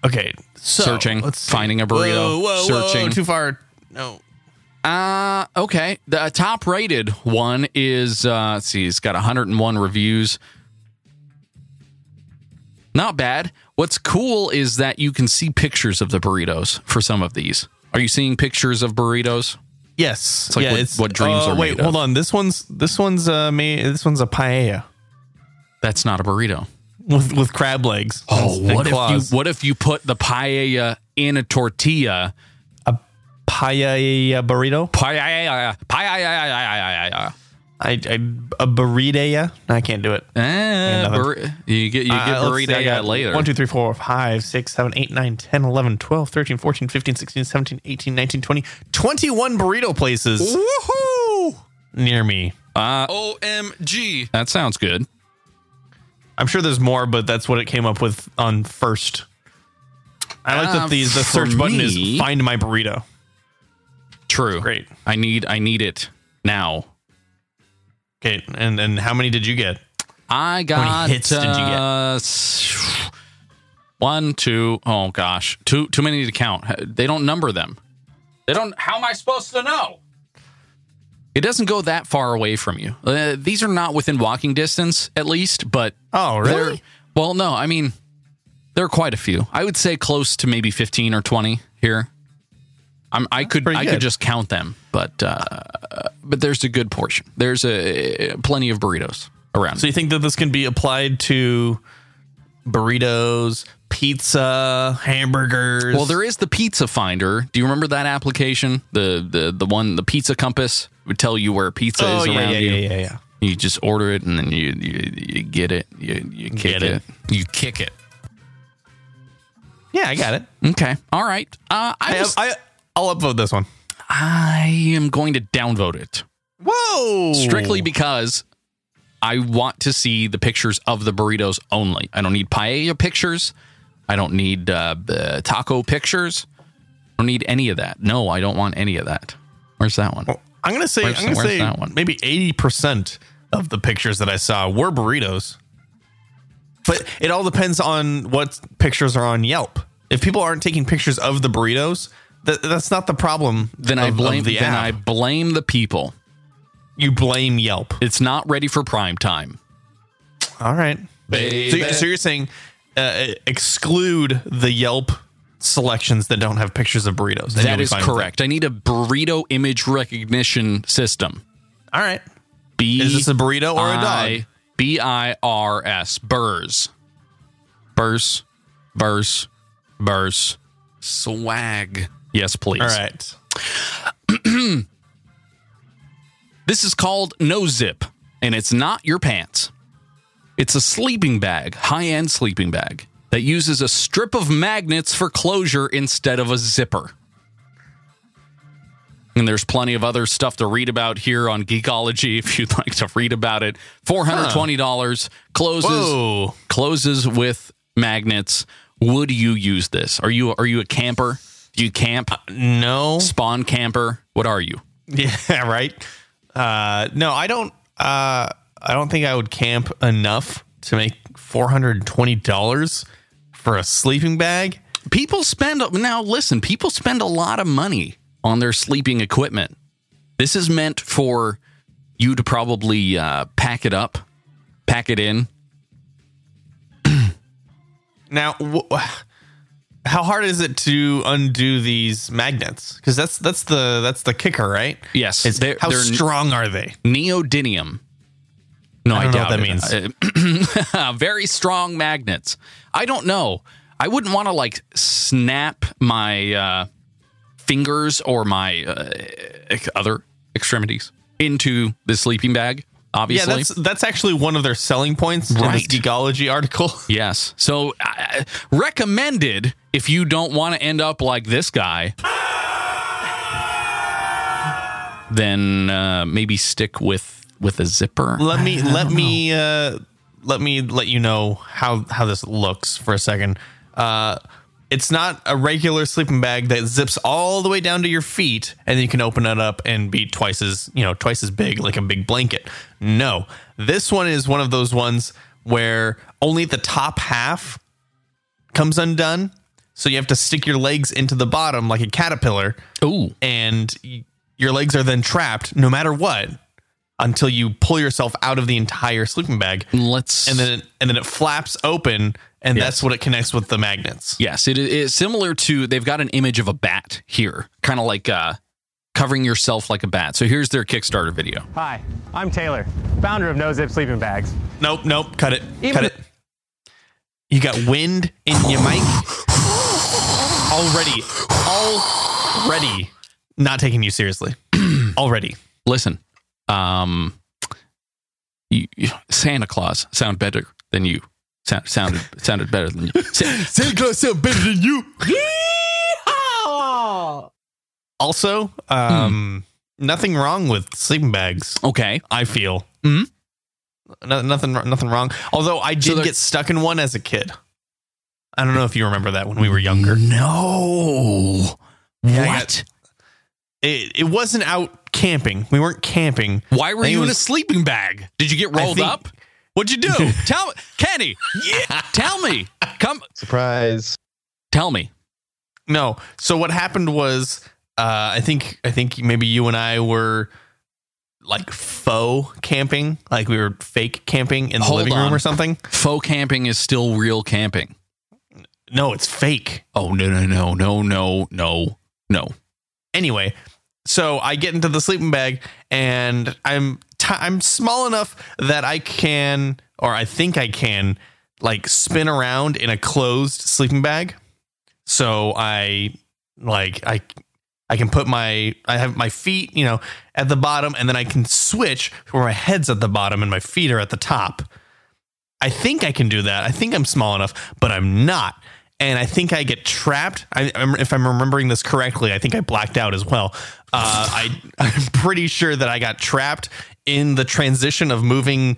okay, so
Searching, finding a burrito,
Whoa, whoa, whoa,
searching.
too far. No.
Uh, okay. The top rated one is, uh, let's see, it's got 101 reviews. Not bad. What's cool is that you can see pictures of the burritos for some of these. Are you seeing pictures of burritos?
Yes.
It's like what- what dreams are
uh, Wait,
made
hold
of.
on. This one's this one's uh made, this one's a paella
That's not a burrito.
with with crab legs. and- and
Oh, what
claws.
if you what if you put the paella in a tortilla?
paella burrito?
Paella, paella.
I, I a burrito. I can't do it.
Eh,
nothing.
bur- you get you get
Uh, let's see, I
burrito
got
later.
1, 2, 3, 4, 5, 6, 7, 8, 9, 10, 11, 12, 13, 14, 15, 16, 17, 18, 19, 20, 21 burrito places
Woohoo!
near me.
OMG.
Uh, That sounds good.
I'm sure there's more, but that's what it came up with on first. I like
Uh,
that these the
for
search button
me-
is find my burrito.
True.
Great.
I need I need it now.
Okay, and and how many did you get?
I got
many hits did you get?
uh, s- One, two, oh gosh, too too many to count. They don't number them. They don't. How am I supposed to know? It doesn't go that far away from you. Uh, these are not within walking distance, at least. But
Oh,
they're well, no. I mean, there are quite a few. I would say close to maybe fifteen or twenty here. I'm, I could
pretty
I could
good.
just count them, but uh, but there's a good portion. There's a plenty of burritos around.
So you think that this can be applied to burritos, pizza, hamburgers?
Well, there is the pizza finder. Do you remember that application? The the the one the pizza compass would tell you where pizza
Oh,
is
yeah,
around
yeah,
you.
yeah, yeah, yeah.
You just order it and then you you, you get it. You you kick
Get
it.
it.
You kick it.
Yeah, I got it.
Okay. All right. Uh, I,
I,
was-
I, I'll upvote this one.
I am going to downvote it
Whoa!
strictly because I want to see the pictures of the burritos only. I don't need paella pictures. I don't need uh, uh, taco pictures. I don't need any of that. No, I don't want any of that. Where's that one?
I'm gonna say
Where's-
I'm
where's
gonna say
that one?
maybe eighty percent of the pictures that I saw were burritos. But it all depends on what pictures are on Yelp. If people aren't taking pictures of the burritos, that, that's not the problem.
then I
of- of
blame
the
then
app.
I blame the people.
you blame Yelp.
It's not ready for prime time.
All right. So, you- so you're saying uh, exclude the Yelp selections that don't have pictures of burritos. and
that
you'll be
is
fine with
correct. I need a burrito image recognition system.
All right.
B
Is this a burrito or a dog?
I- B I R S burrs. Burrs. Burrs. Burrs.
Swag.
Yes, please.
All right.
This is called No Zip, and it's not your pants. It's a sleeping bag, high end sleeping bag, that uses a strip of magnets for closure instead of a zipper. And there's plenty of other stuff to read about here on Geekology if you'd like to read about it. $420 closes
Whoa.
closes with magnets. Would you use this? Are you are you a camper? Do you camp?
Uh, No.
Spawn camper? What are you?
Yeah, right. Uh, no, I don't. Uh, I don't think I would camp enough to make four hundred and twenty dollars for a sleeping bag.
people spend now listen people spend a lot of money on their sleeping equipment this is meant for you to probably uh, pack it up pack it in
Now, wh- how hard is it to undo these magnets? Because that's that's the that's the kicker, right?
Yes,
Is
they're-
how
they're-
strong are they?
neodymium no i,
I don't know
doubt
what
it. Uh, very strong magnets i don't know I wouldn't want to like snap my uh, fingers or my uh, ex- other extremities into the sleeping bag.
Yeah,
Obviously,
that's that's actually one of their selling points in this
Right.
geekology article.
yes. So uh, recommended if you don't want to end up like this guy, then uh, maybe stick with with a zipper.
Let
I
me
don't
let
know.
me uh, let me let you know how how this looks for a second. Uh, it's not a regular sleeping bag that zips all the way down to your feet, and you can open it up and be twice as you know twice as big, like a big blanket. No, this one is one of those ones where only the top half comes undone, so you have to stick your legs into the bottom like a caterpillar.
Ooh,
and y- your legs are then trapped no matter what until you pull yourself out of the entire sleeping bag
let's
and then it, and then it flaps open and that's what it connects with the magnets
Yes, it is similar to they've got an image of a bat here, kind of like uh, covering yourself like a bat. So here's their Kickstarter video.
Hi, I'm Taylor, founder of No Zip Sleeping Bags.
nope nope cut it cut it you got wind in your mic already already not taking you seriously already
Listen, um, you, you- Santa Claus sound better than you. Sound, sounded sounded better than you. Sa- Santa Claus sound better than you.
also um nothing wrong with sleeping bags
Okay,
I feel.
Mhm.
No, nothing, nothing wrong. Although I did
they're-
get stuck in one as a kid. I don't know if you remember that when we were younger.
no.
Yeah, I
what?
It, it wasn't out camping. We weren't camping.
Why were
I think
you
it
in a
was-
sleeping bag? Did you get
I
rolled
think-
up? What'd you do? tell me, Kenny. Tell me. Come.
Surprise.
Tell me.
No. So what happened was, uh, I think, I think maybe you and I were like faux camping, like we were fake camping in the
Hold
living room
on.
or something.
Faux camping is still real camping.
No, it's fake.
Oh no no no no no no no.
anyway so i get into the sleeping bag and i'm ti i'm small enough that i can or i think i can like spin around in a closed sleeping bag so i like i i can put my i have my feet you know at the bottom and then i can switch where my head's at the bottom and my feet are at the top I think I can do that. I think I'm small enough, but I'm not. And I think I get trapped. I, I'm, if I'm remembering this correctly, I think I blacked out as well. Uh, I, I'm pretty sure that I got trapped in the transition of moving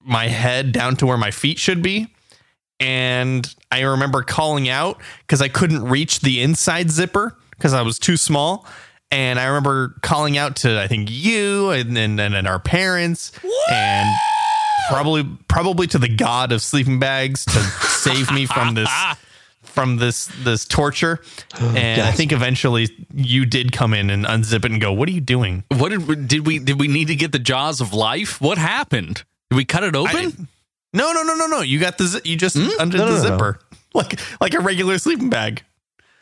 my head down to where my feet should be. And I remember calling out because I couldn't reach the inside zipper because I was too small. And I remember calling out to, I think, you and and, and, and our parents. And probably probably to the god of sleeping bags to save me from this from this this torture
Oh,
and i think eventually you did come in and unzip it and go what are you doing
What did we, did we did we need to get the jaws of life? What happened? Did we cut it open?
no no no no no you got the zi- you just undid
Hmm? No,
the
no, no, no.
zipper like like a regular sleeping bag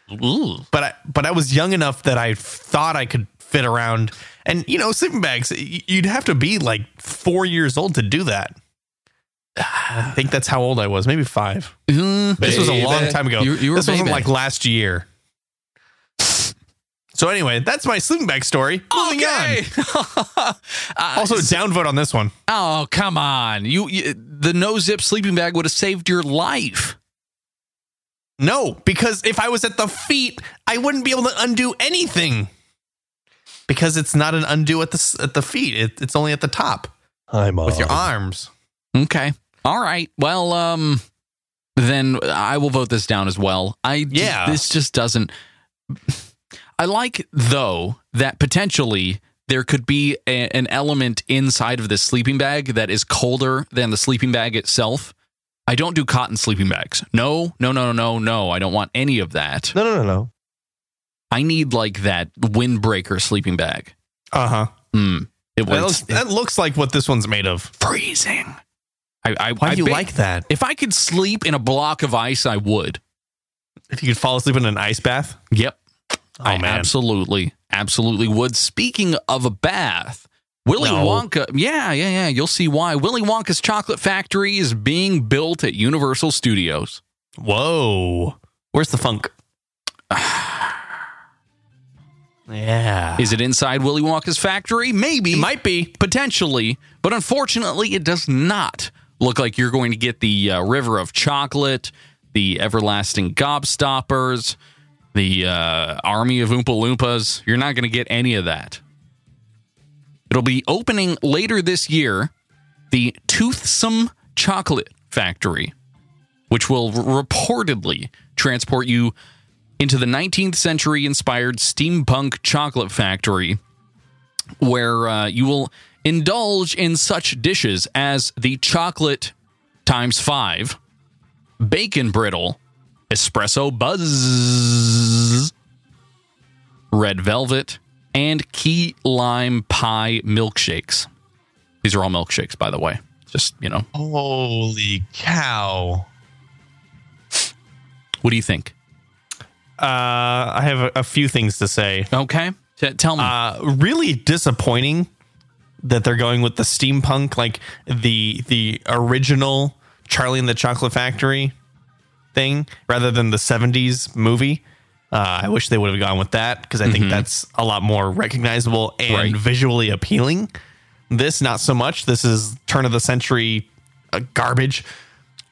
but i but i was young enough that i thought i could fit around and you know sleeping bags y- you'd have to be like four years old to do that i think that's how old i was maybe five This was a long time ago.
Mm. You, you were
this wasn't
baby.
like last year. So anyway, that's my sleeping bag story. Moving
okay.
on. Also, downvote on this one.
oh come on! You, you the no zip sleeping bag would have saved your life.
No, because if I was at the feet, I wouldn't be able to undo anything. Because it's not an undo at the s- at the feet. It, it's only at the top
I'm on.
with your arms.
Okay. All right. Well, um, then I will vote this down as well. I d-
Yeah.
This just doesn't. I like though that potentially there could be a- an element inside of this sleeping bag that is colder than the sleeping bag itself. I don't do cotton sleeping bags. No, no, no, no, no. I don't want any of that.
No, no, no, no.
I need like that windbreaker sleeping bag.
Uh huh.
Mm. It
That
was
looks, that looks like what this one's made of.
freezing. I, I,
Why
I
do you
bet-
like that?
If I could sleep in a block of ice, I would.
If you could fall asleep in an ice bath.
Yep. I
Oh, man.
absolutely, absolutely would. Speaking of a bath, Willy
No.
Wonka. Yeah, yeah, yeah. You'll see why. Willy Wonka's Chocolate Factory is being built at Universal Studios.
Whoa. Where's the funk? yeah.
Is it inside Willy Wonka's factory? Maybe. It
might be.
Potentially. But unfortunately, it does not look like you're going to get the uh, River of Chocolate, the Everlasting Gobstoppers, the uh, Army of Oompa Loompas. You're not going to get any of that. It'll be opening later this year the Toothsome Chocolate Factory, which will r- reportedly transport you into the 19th century inspired steampunk chocolate factory, where uh, you will indulge in such dishes as the chocolate times five, bacon brittle, espresso buzz, red velvet, and key lime pie milkshakes. These are all milkshakes, by the way. Just, you know,
Holy cow.
what do you think?
Uh, I have a, a few things to say.
Okay. T- tell me.
Uh, really disappointing that they're going with the steampunk, like the the original Charlie and the Chocolate Factory thing, rather than the '70s movie. Uh, I wish they would have gone with that because I think that's a lot more recognizable and
Mm-hmm. Right.
visually appealing. This not so much. This is turn of the century uh, garbage,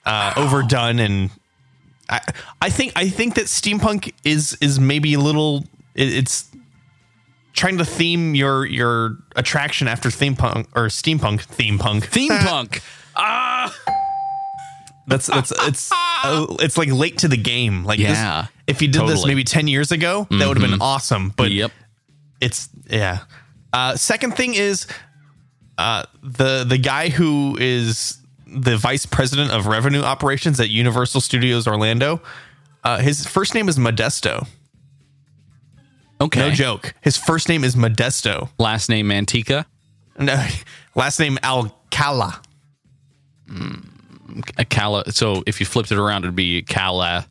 uh, overdone and I, I think I think that steampunk is is maybe a little it- it's trying to theme your your attraction after theme punk or steampunk theme punk
Theme punk.
that's that's it's uh, it's like late to the game like this-
Yeah.
if you did this
Totally. Mm-hmm.
maybe 10 years ago that would have been awesome but
yep.
it's yeah uh second thing is uh the the guy who is the vice president of revenue operations at Universal Studios Orlando uh his first name is Modesto
Okay.
No joke. His first name is Modesto.
Last name Mantica.
No, last name Alcala.
A Cala. So if you flipped it around, it'd be Cala.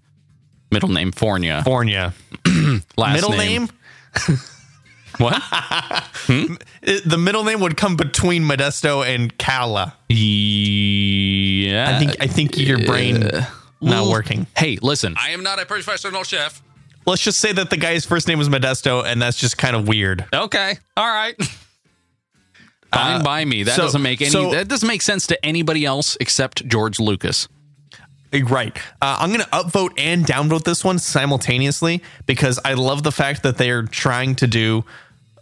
Middle name Fornia.
Fornia.
Last
Middle name?
What? Hmm?
It- the middle name would come between Modesto and Cala.
yeah. Uh,
I think I think your brain not working.
Hey, listen.
I am not a professional chef.
Let's just say that the guy's first name is Modesto, and that's just kind of weird.
Okay. All right. Fine by me. That
so-
doesn't make any.
so-
that doesn't make sense to anybody else except George Lucas.
Right. Uh, I'm going to upvote and downvote this one simultaneously because I love the fact that they are trying to do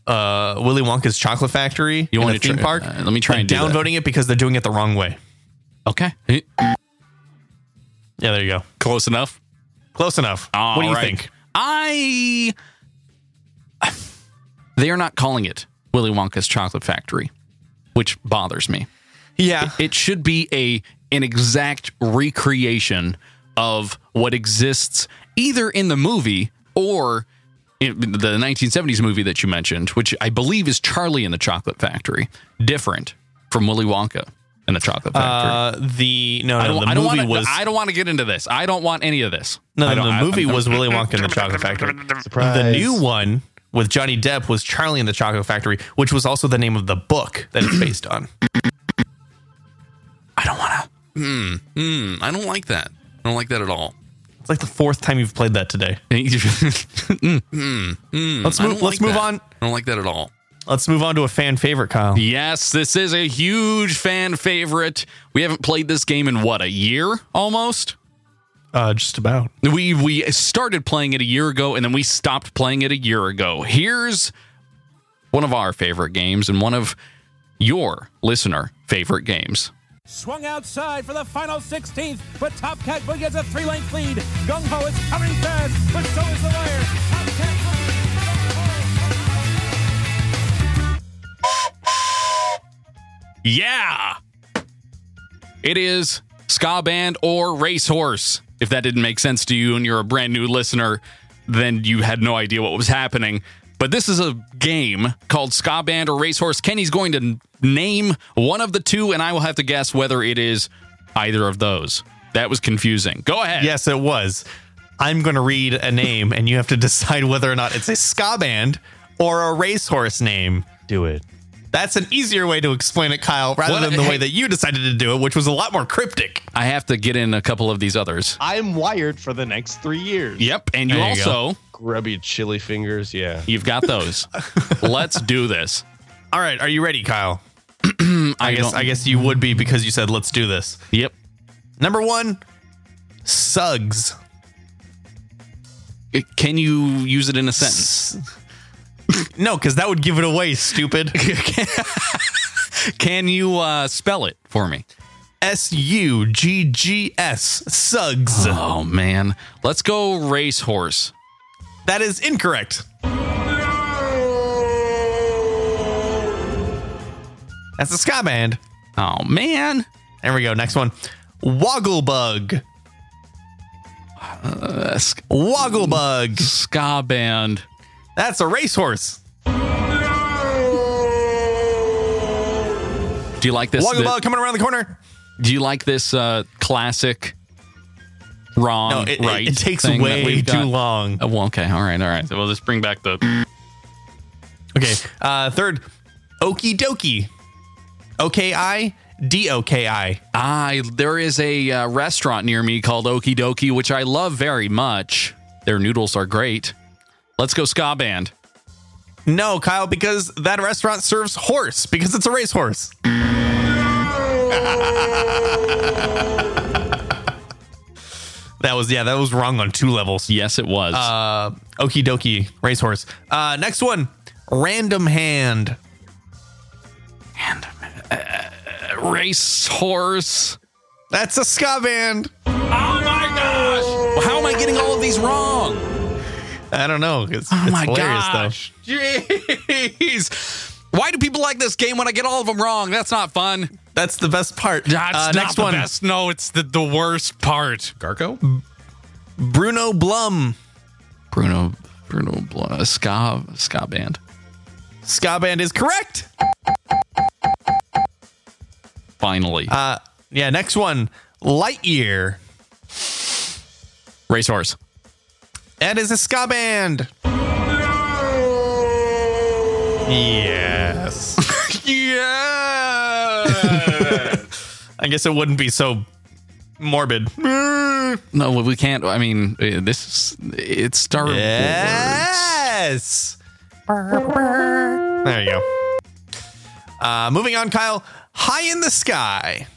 uh, Willy Wonka's Chocolate Factory in
You want
a
me to
theme
try-
park.
uh, let me try
I'm
and do that.
downvoting it because they're doing it the wrong way.
Okay.
Yeah, there you go.
Close enough.
Close enough. what do you
All right.
think?
I. They are not calling it Willy Wonka's Chocolate Factory, which bothers me.
Yeah.
It should be a an exact recreation of what exists either in the movie or in the 1970s movie that you mentioned, which I believe is Charlie and the Chocolate Factory, different from Willy Wonka and the Chocolate Factory.
Uh, the no, no,
I don't,
the
I don't
movie
wanna,
was
I don't want to get into this. I don't want any of this.
no,
I
no,
don't- I-
the movie
I'm-
was Willy Wonka and the Chocolate Factory.
Surprise.
The new one with Johnny Depp was Charlie and the Chocolate Factory, which was also the name of the book that it's based on.
I don't want to.
Hmm. Hmm. I don't like that. I don't like that at all.
It's like the fourth time you've played that today. Let's
Hmm.
I
move.
don't
Let's
like
move
that.
on.
I don't like that at all.
Let's move on to a fan favorite, Kyle.
yes, this is a huge fan favorite. We haven't played this game in what a year almost.
Uh, just about.
We we started playing it a year ago, and then we stopped playing it a year ago. Here's one of our favorite games, and one of your listener favorite games.
Swung outside for the final 16th, but Top Cat Boogie has a three-length lead. Gung Ho is coming fast, but so is the wire. Top Cat Boogie.
Yeah, it is ska band or racehorse. If that didn't make sense to you, and you're a brand new listener, then you had no idea what was happening. But this is a game called ska band or racehorse. Kenny's going to n- name one of the two, and I will have to guess whether it is either of those. That was confusing. Go ahead.
Yes, it was. I'm going to read a name, and you have to decide whether or not it's a ska band or a racehorse name.
Do it.
That's an easier way to explain it, Kyle, rather
What-
than the
hey.
way that you decided to do it, which was a lot more cryptic.
I have to get in a couple of these others.
I'm wired for the next three years.
Yep, and you
There you go.
also
Grubby chili fingers. Yeah.
you've got those. Let's do this.
All right, are you ready, Kyle? I, guess
don't-
I guess you would be because you said let's do this.
Yep.
Number one, Suggs.
Can you use it in a sentence?
No, because that would give it away, stupid.
Can you uh, spell it for me?
S U G G S. Suggs.
Oh man, let's go racehorse.
That is incorrect. That's a ska band.
Oh man,
There we go. Next one. Wogglebug.
uh, sk-
Wogglebug.
ska band.
That's a racehorse.
Do you like this?
Wogglebug coming around the corner.
do you like this uh, classic wrong
No, it, it-
right?
it, takes
thing that
way
we've
too
got?
long.
Oh, well, okay, all right, all right. So we'll just bring back the.
Okay. Uh, third, Okie dokie. O K I D O K I.
I there is a uh, restaurant near me called Okie Dokie, which I love very much. Their noodles are great. Let's go ska band.
No, Kyle, because that restaurant serves horse because it's a racehorse. that was yeah, that was wrong on two levels.
Yes, it was.
Uh, Okie dokie, racehorse. Uh, next one, random hand.
uh, Racehorse.
That's a ska band.
How am I getting all of these wrong?
I don't know. It's,
Oh
it's
my
hilarious
gosh. Jeez. Why do people like this game when I get all of them wrong? That's not fun.
though. That's the best part.
That's
Uh,
not
next
the
one,
best. No, it's the, the worst part.
Garco?
Bruno Blum.
Bruno Bruno Bl- ska ska band.
Ska band is correct.
Finally,
Uh, yeah, next one, Lightyear.
racehorse.
That is a ska band. Yes. yeah. I guess it wouldn't be so morbid.
No, we can't. I mean, uh, this is it's Star Wars.
Yes. There you go. Uh, moving on, Kyle. High in the sky.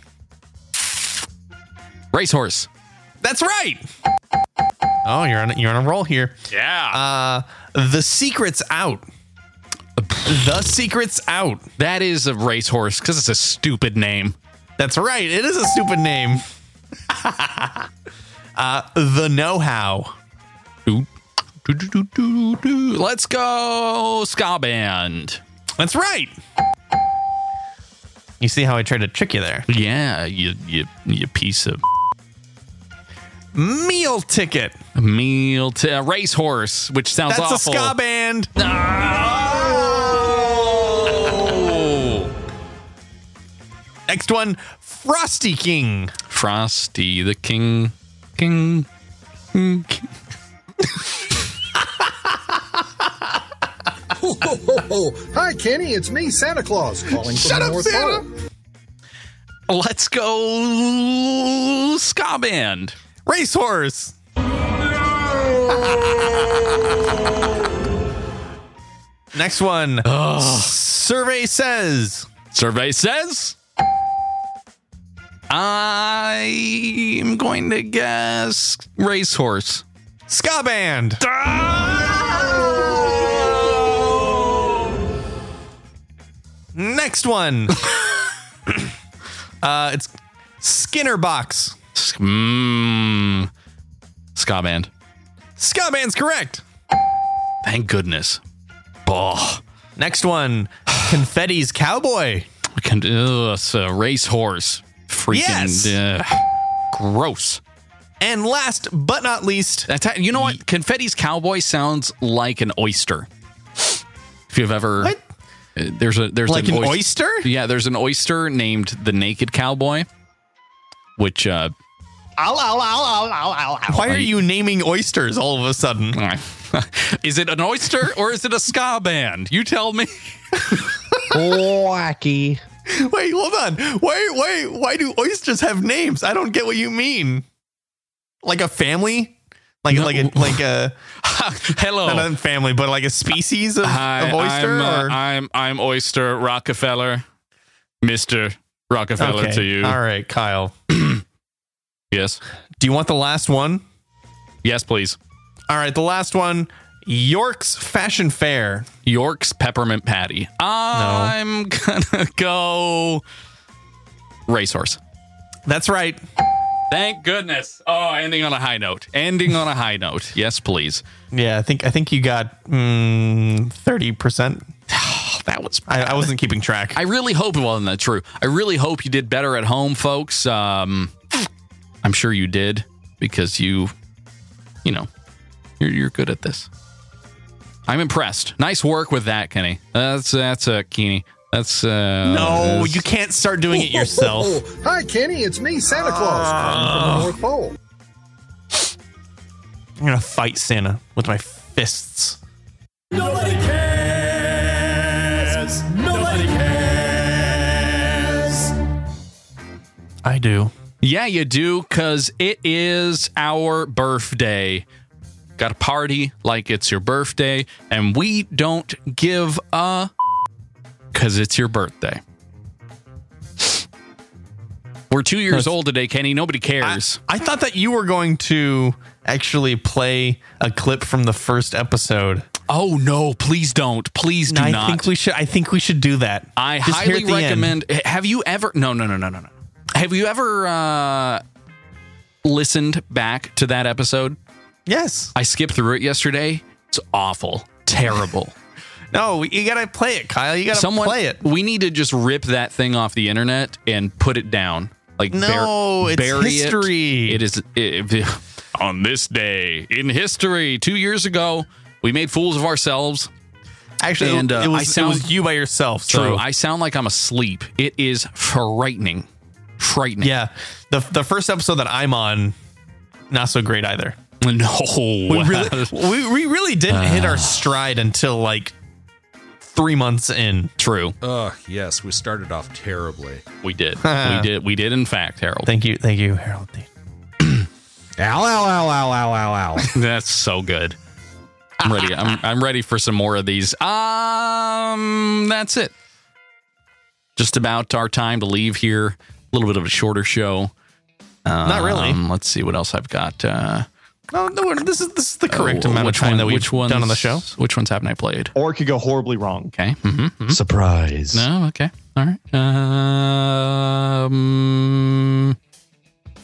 Racehorse.
That's right. Oh, you're on you're on a roll here. Yeah. Uh, the secret's out. The secret's out.
That is a racehorse because it's a stupid name.
That's right. It is a stupid name. uh, the know how.
Doo, doo, doo, doo, doo, doo. Let's go ska band.
That's right. You see how I tried to trick you there?
Yeah, you you you piece of
Meal ticket.
meal to a racehorse, which sounds
That's
awful.
a ska band. Oh! Next one, Frosty King.
Frosty the King, King, King. king.
Ho, ho, ho, ho. Hi, Kenny. It's me, Santa Claus, calling from the North Pole.
Let's go ska band.
Racehorse. Next one. Survey says.
Survey says I'm going to guess racehorse.
Ska band.
Mmm.
Next one. uh, it's Skinner Box.
Mmm. Ska band.
Ska band's correct.
Thank goodness. Bah.
Next one. Confetti's Cowboy.
I can- Ugh, it's a racehorse. Freaking
Yes.
ugh. gross.
And last but not least,
That's, you know what? Confetti's cowboy sounds like an oyster. If you've ever
What?
Uh, there's a there's
like an
oys-
oyster?
Yeah, there's an oyster named the Naked Cowboy, which uh,
Ow, ow, ow, ow, ow, ow, ow.
Why are you naming oysters all of a sudden?
is it an oyster or is it a ska band? You tell me.
Wacky. Wait, hold on. Why, why, why do oysters have names? I don't get what you mean. Like a family? Like, like, a, like a
hello,
not a family, but like a species of,
Oh. Hi,
of oyster?
I'm, uh,
or?
I'm I'm oyster Rockefeller, Mister Rockefeller
Okay.
to you.
All right, Kyle.
yes.
Do you want the last one?
Yes, please.
All right, the last one. York's Fashion Fair.
York's peppermint patty. I'm gonna go racehorse.
That's right.
Thank goodness. Oh, ending on a high note. Ending on a high note. Yes, please.
Yeah, I think I think you got mm, thirty percent.
That was.
I, I wasn't keeping track.
I really hope it wasn't that true. I really hope you did better at home, folks. Um, I'm sure you did because you, you know, you're you're good at this. I'm impressed. Nice work with that, Kenny. That's that's a uh, Kenny. That's uh,
no,
that's-
you can't start doing it yourself.
Hi, Kenny. It's me, Santa Claus,
Ah.
calling from the North Pole.
I'm gonna fight Santa with my fists.
Nobody cares. Nobody cares.
I do.
Yeah, you do, because it is our birthday. Got a party like it's your birthday, and we don't give a because it's your birthday. We're two years old today, Kenny. Nobody cares.
I thought that you were going to actually play a clip from the first episode.
oh no! Please don't. Please do
I
not.
think we should. I think we should do that.
I
Just here
highly
at the end.
recommend. eh, Have you ever? No, no, no, no, no, no. Have you ever uh, listened back to that episode?
Yes.
I skipped through it yesterday. It's awful, terrible.
No, you gotta play it, Kyle. You gotta
Someone,
play it.
we need to just rip that thing off the internet and put it down. Like bur-
No, it's
bury it.
history.
It is it- on this day in history. Two years ago, we made fools of ourselves.
Actually,
And, uh,
it, was,
I sound-
it was you by yourself.
True.
So
I sound like I'm asleep. It is frightening. Frightening.
yeah, the the first episode that I'm on, not so great either.
No.
We really, we, we really didn't hit
Uh.
our stride until like three months in.
True.
Uh.
Ugh, yes, we started off terribly.
We did. we did. We did. In fact, Harold.
Thank you, thank you, Harold.
Ow, ow, ow, ow, ow, ow, ow.
That's so good. I'm ready. I'm I'm ready for some more of these. Um, that's it. Just about our time to leave here. A little bit of a shorter show.
Not really.
Um, let's see what else I've got. Uh,
No, no, we're- this is this is the correct
oh,
amount of
which
time
one-
that we've
which ones-
done on the show.
Which ones haven't I played?
Or it could go horribly wrong.
Okay. hmm
Mm-hmm.
Surprise.
No. Okay. All right. Um.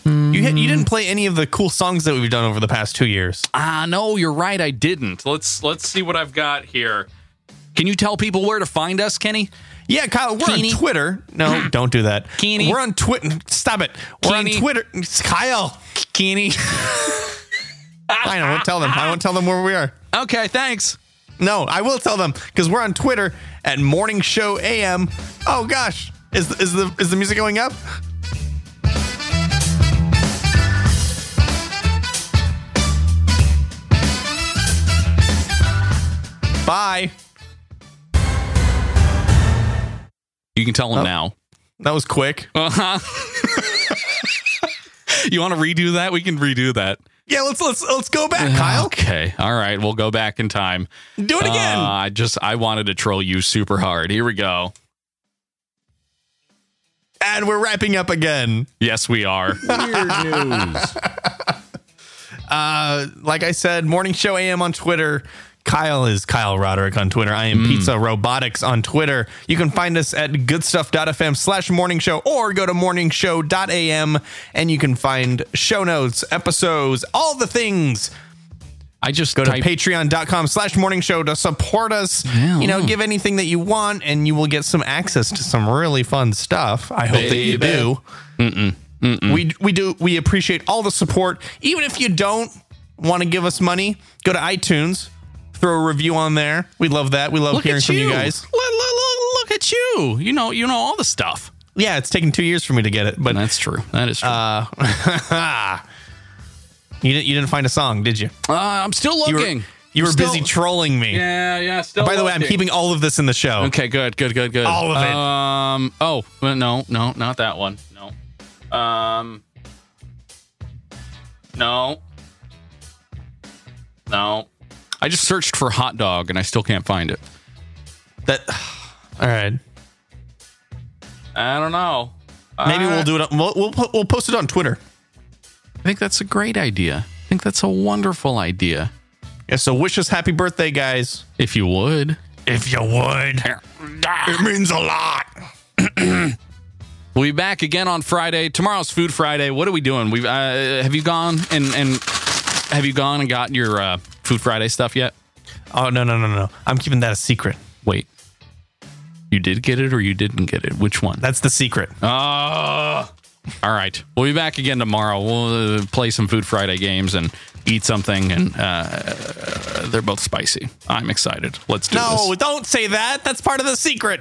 You hit, you didn't play any of the cool songs that we've done over the past two years.
Ah, no, you're right. I didn't. Let's let's see what I've got here. Can you tell people where to find us, Kenny?
Yeah, Kyle, we're
Keeney. Hmm.
on Twitter. No, don't do that.
Keeney.
We're on Twitter. Stop it. We're
Keeney.
on Twitter. It's Kyle.
Kenny.
I know. I won't tell them. I won't tell them where we are.
okay. Thanks.
No, I will tell them because we're on Twitter at Morning Show AM. Oh gosh, is is the is the music going up? Bye.
You can tell him now.
That was quick.
You want to redo that? We can redo that.
Yeah, let's let's let's go
Uh-huh.
back, Kyle.
Uh, Okay. All right. We'll go back in time.
Do it again.
Uh, I just I wanted to troll you super hard. Here we go.
and we're wrapping up again.
Yes, we are.
Weird news.
Uh, like I said, Morning Show AM on Twitter. Kyle is Kyle Roderick on Twitter. I am
Mm.
Pizza Robotics on Twitter. You can find us at goodstuff.fm slash morning show or go to morningshow.am and you can find show notes, episodes, all the things.
I just
Go to
typed-
patreon.com slash morning show to support us. You know, give anything that you want and you will get some access to some really fun stuff. I hope that you
Baby.
do. We we do we appreciate all the support. Even if you don't want to give us money, go to iTunes, throw a review on there. We love that. We love
Look
hearing
at
from
you.
you guys.
Look, look, look, look at you. You know you know all the stuff.
Yeah, it's taken two years for me to get it, but
That's true. That is true. Uh,
you didn't you didn't find a song, did you?
Uh, I'm still
You were-
looking.
You were
Still-
busy trolling me.
Yeah, yeah. Still.
By the way, I'm
looking.
keeping all of this in the show.
Okay, good, good, good, good.
All of it.
Um. Oh well, no, no, not that one. No. Um. No. No. I just searched for hot dog and I still can't find it.
That. All right.
I don't know.
Maybe
Uh,
we'll do it. We'll, we'll po- we'll post it on Twitter.
I think that's a great idea. I think that's a wonderful idea.
Yeah, so wish us happy birthday, guys.
If you would,
If you would, it means a lot.
we'll be back again on Friday. Tomorrow's Food Friday. What are we doing? We've uh, have you gone and and have you gone and got your uh, Food Friday stuff yet?
Oh no no no no! I'm keeping that a secret.
Wait. You did get it or you didn't get it? Which one?
That's the secret.
Ah. all right. We'll be back again tomorrow. We'll uh, play some Food Friday games and eat something. And uh, they're both spicy. I'm excited. Let's do
no,
this.
don't say that. That's part of the secret.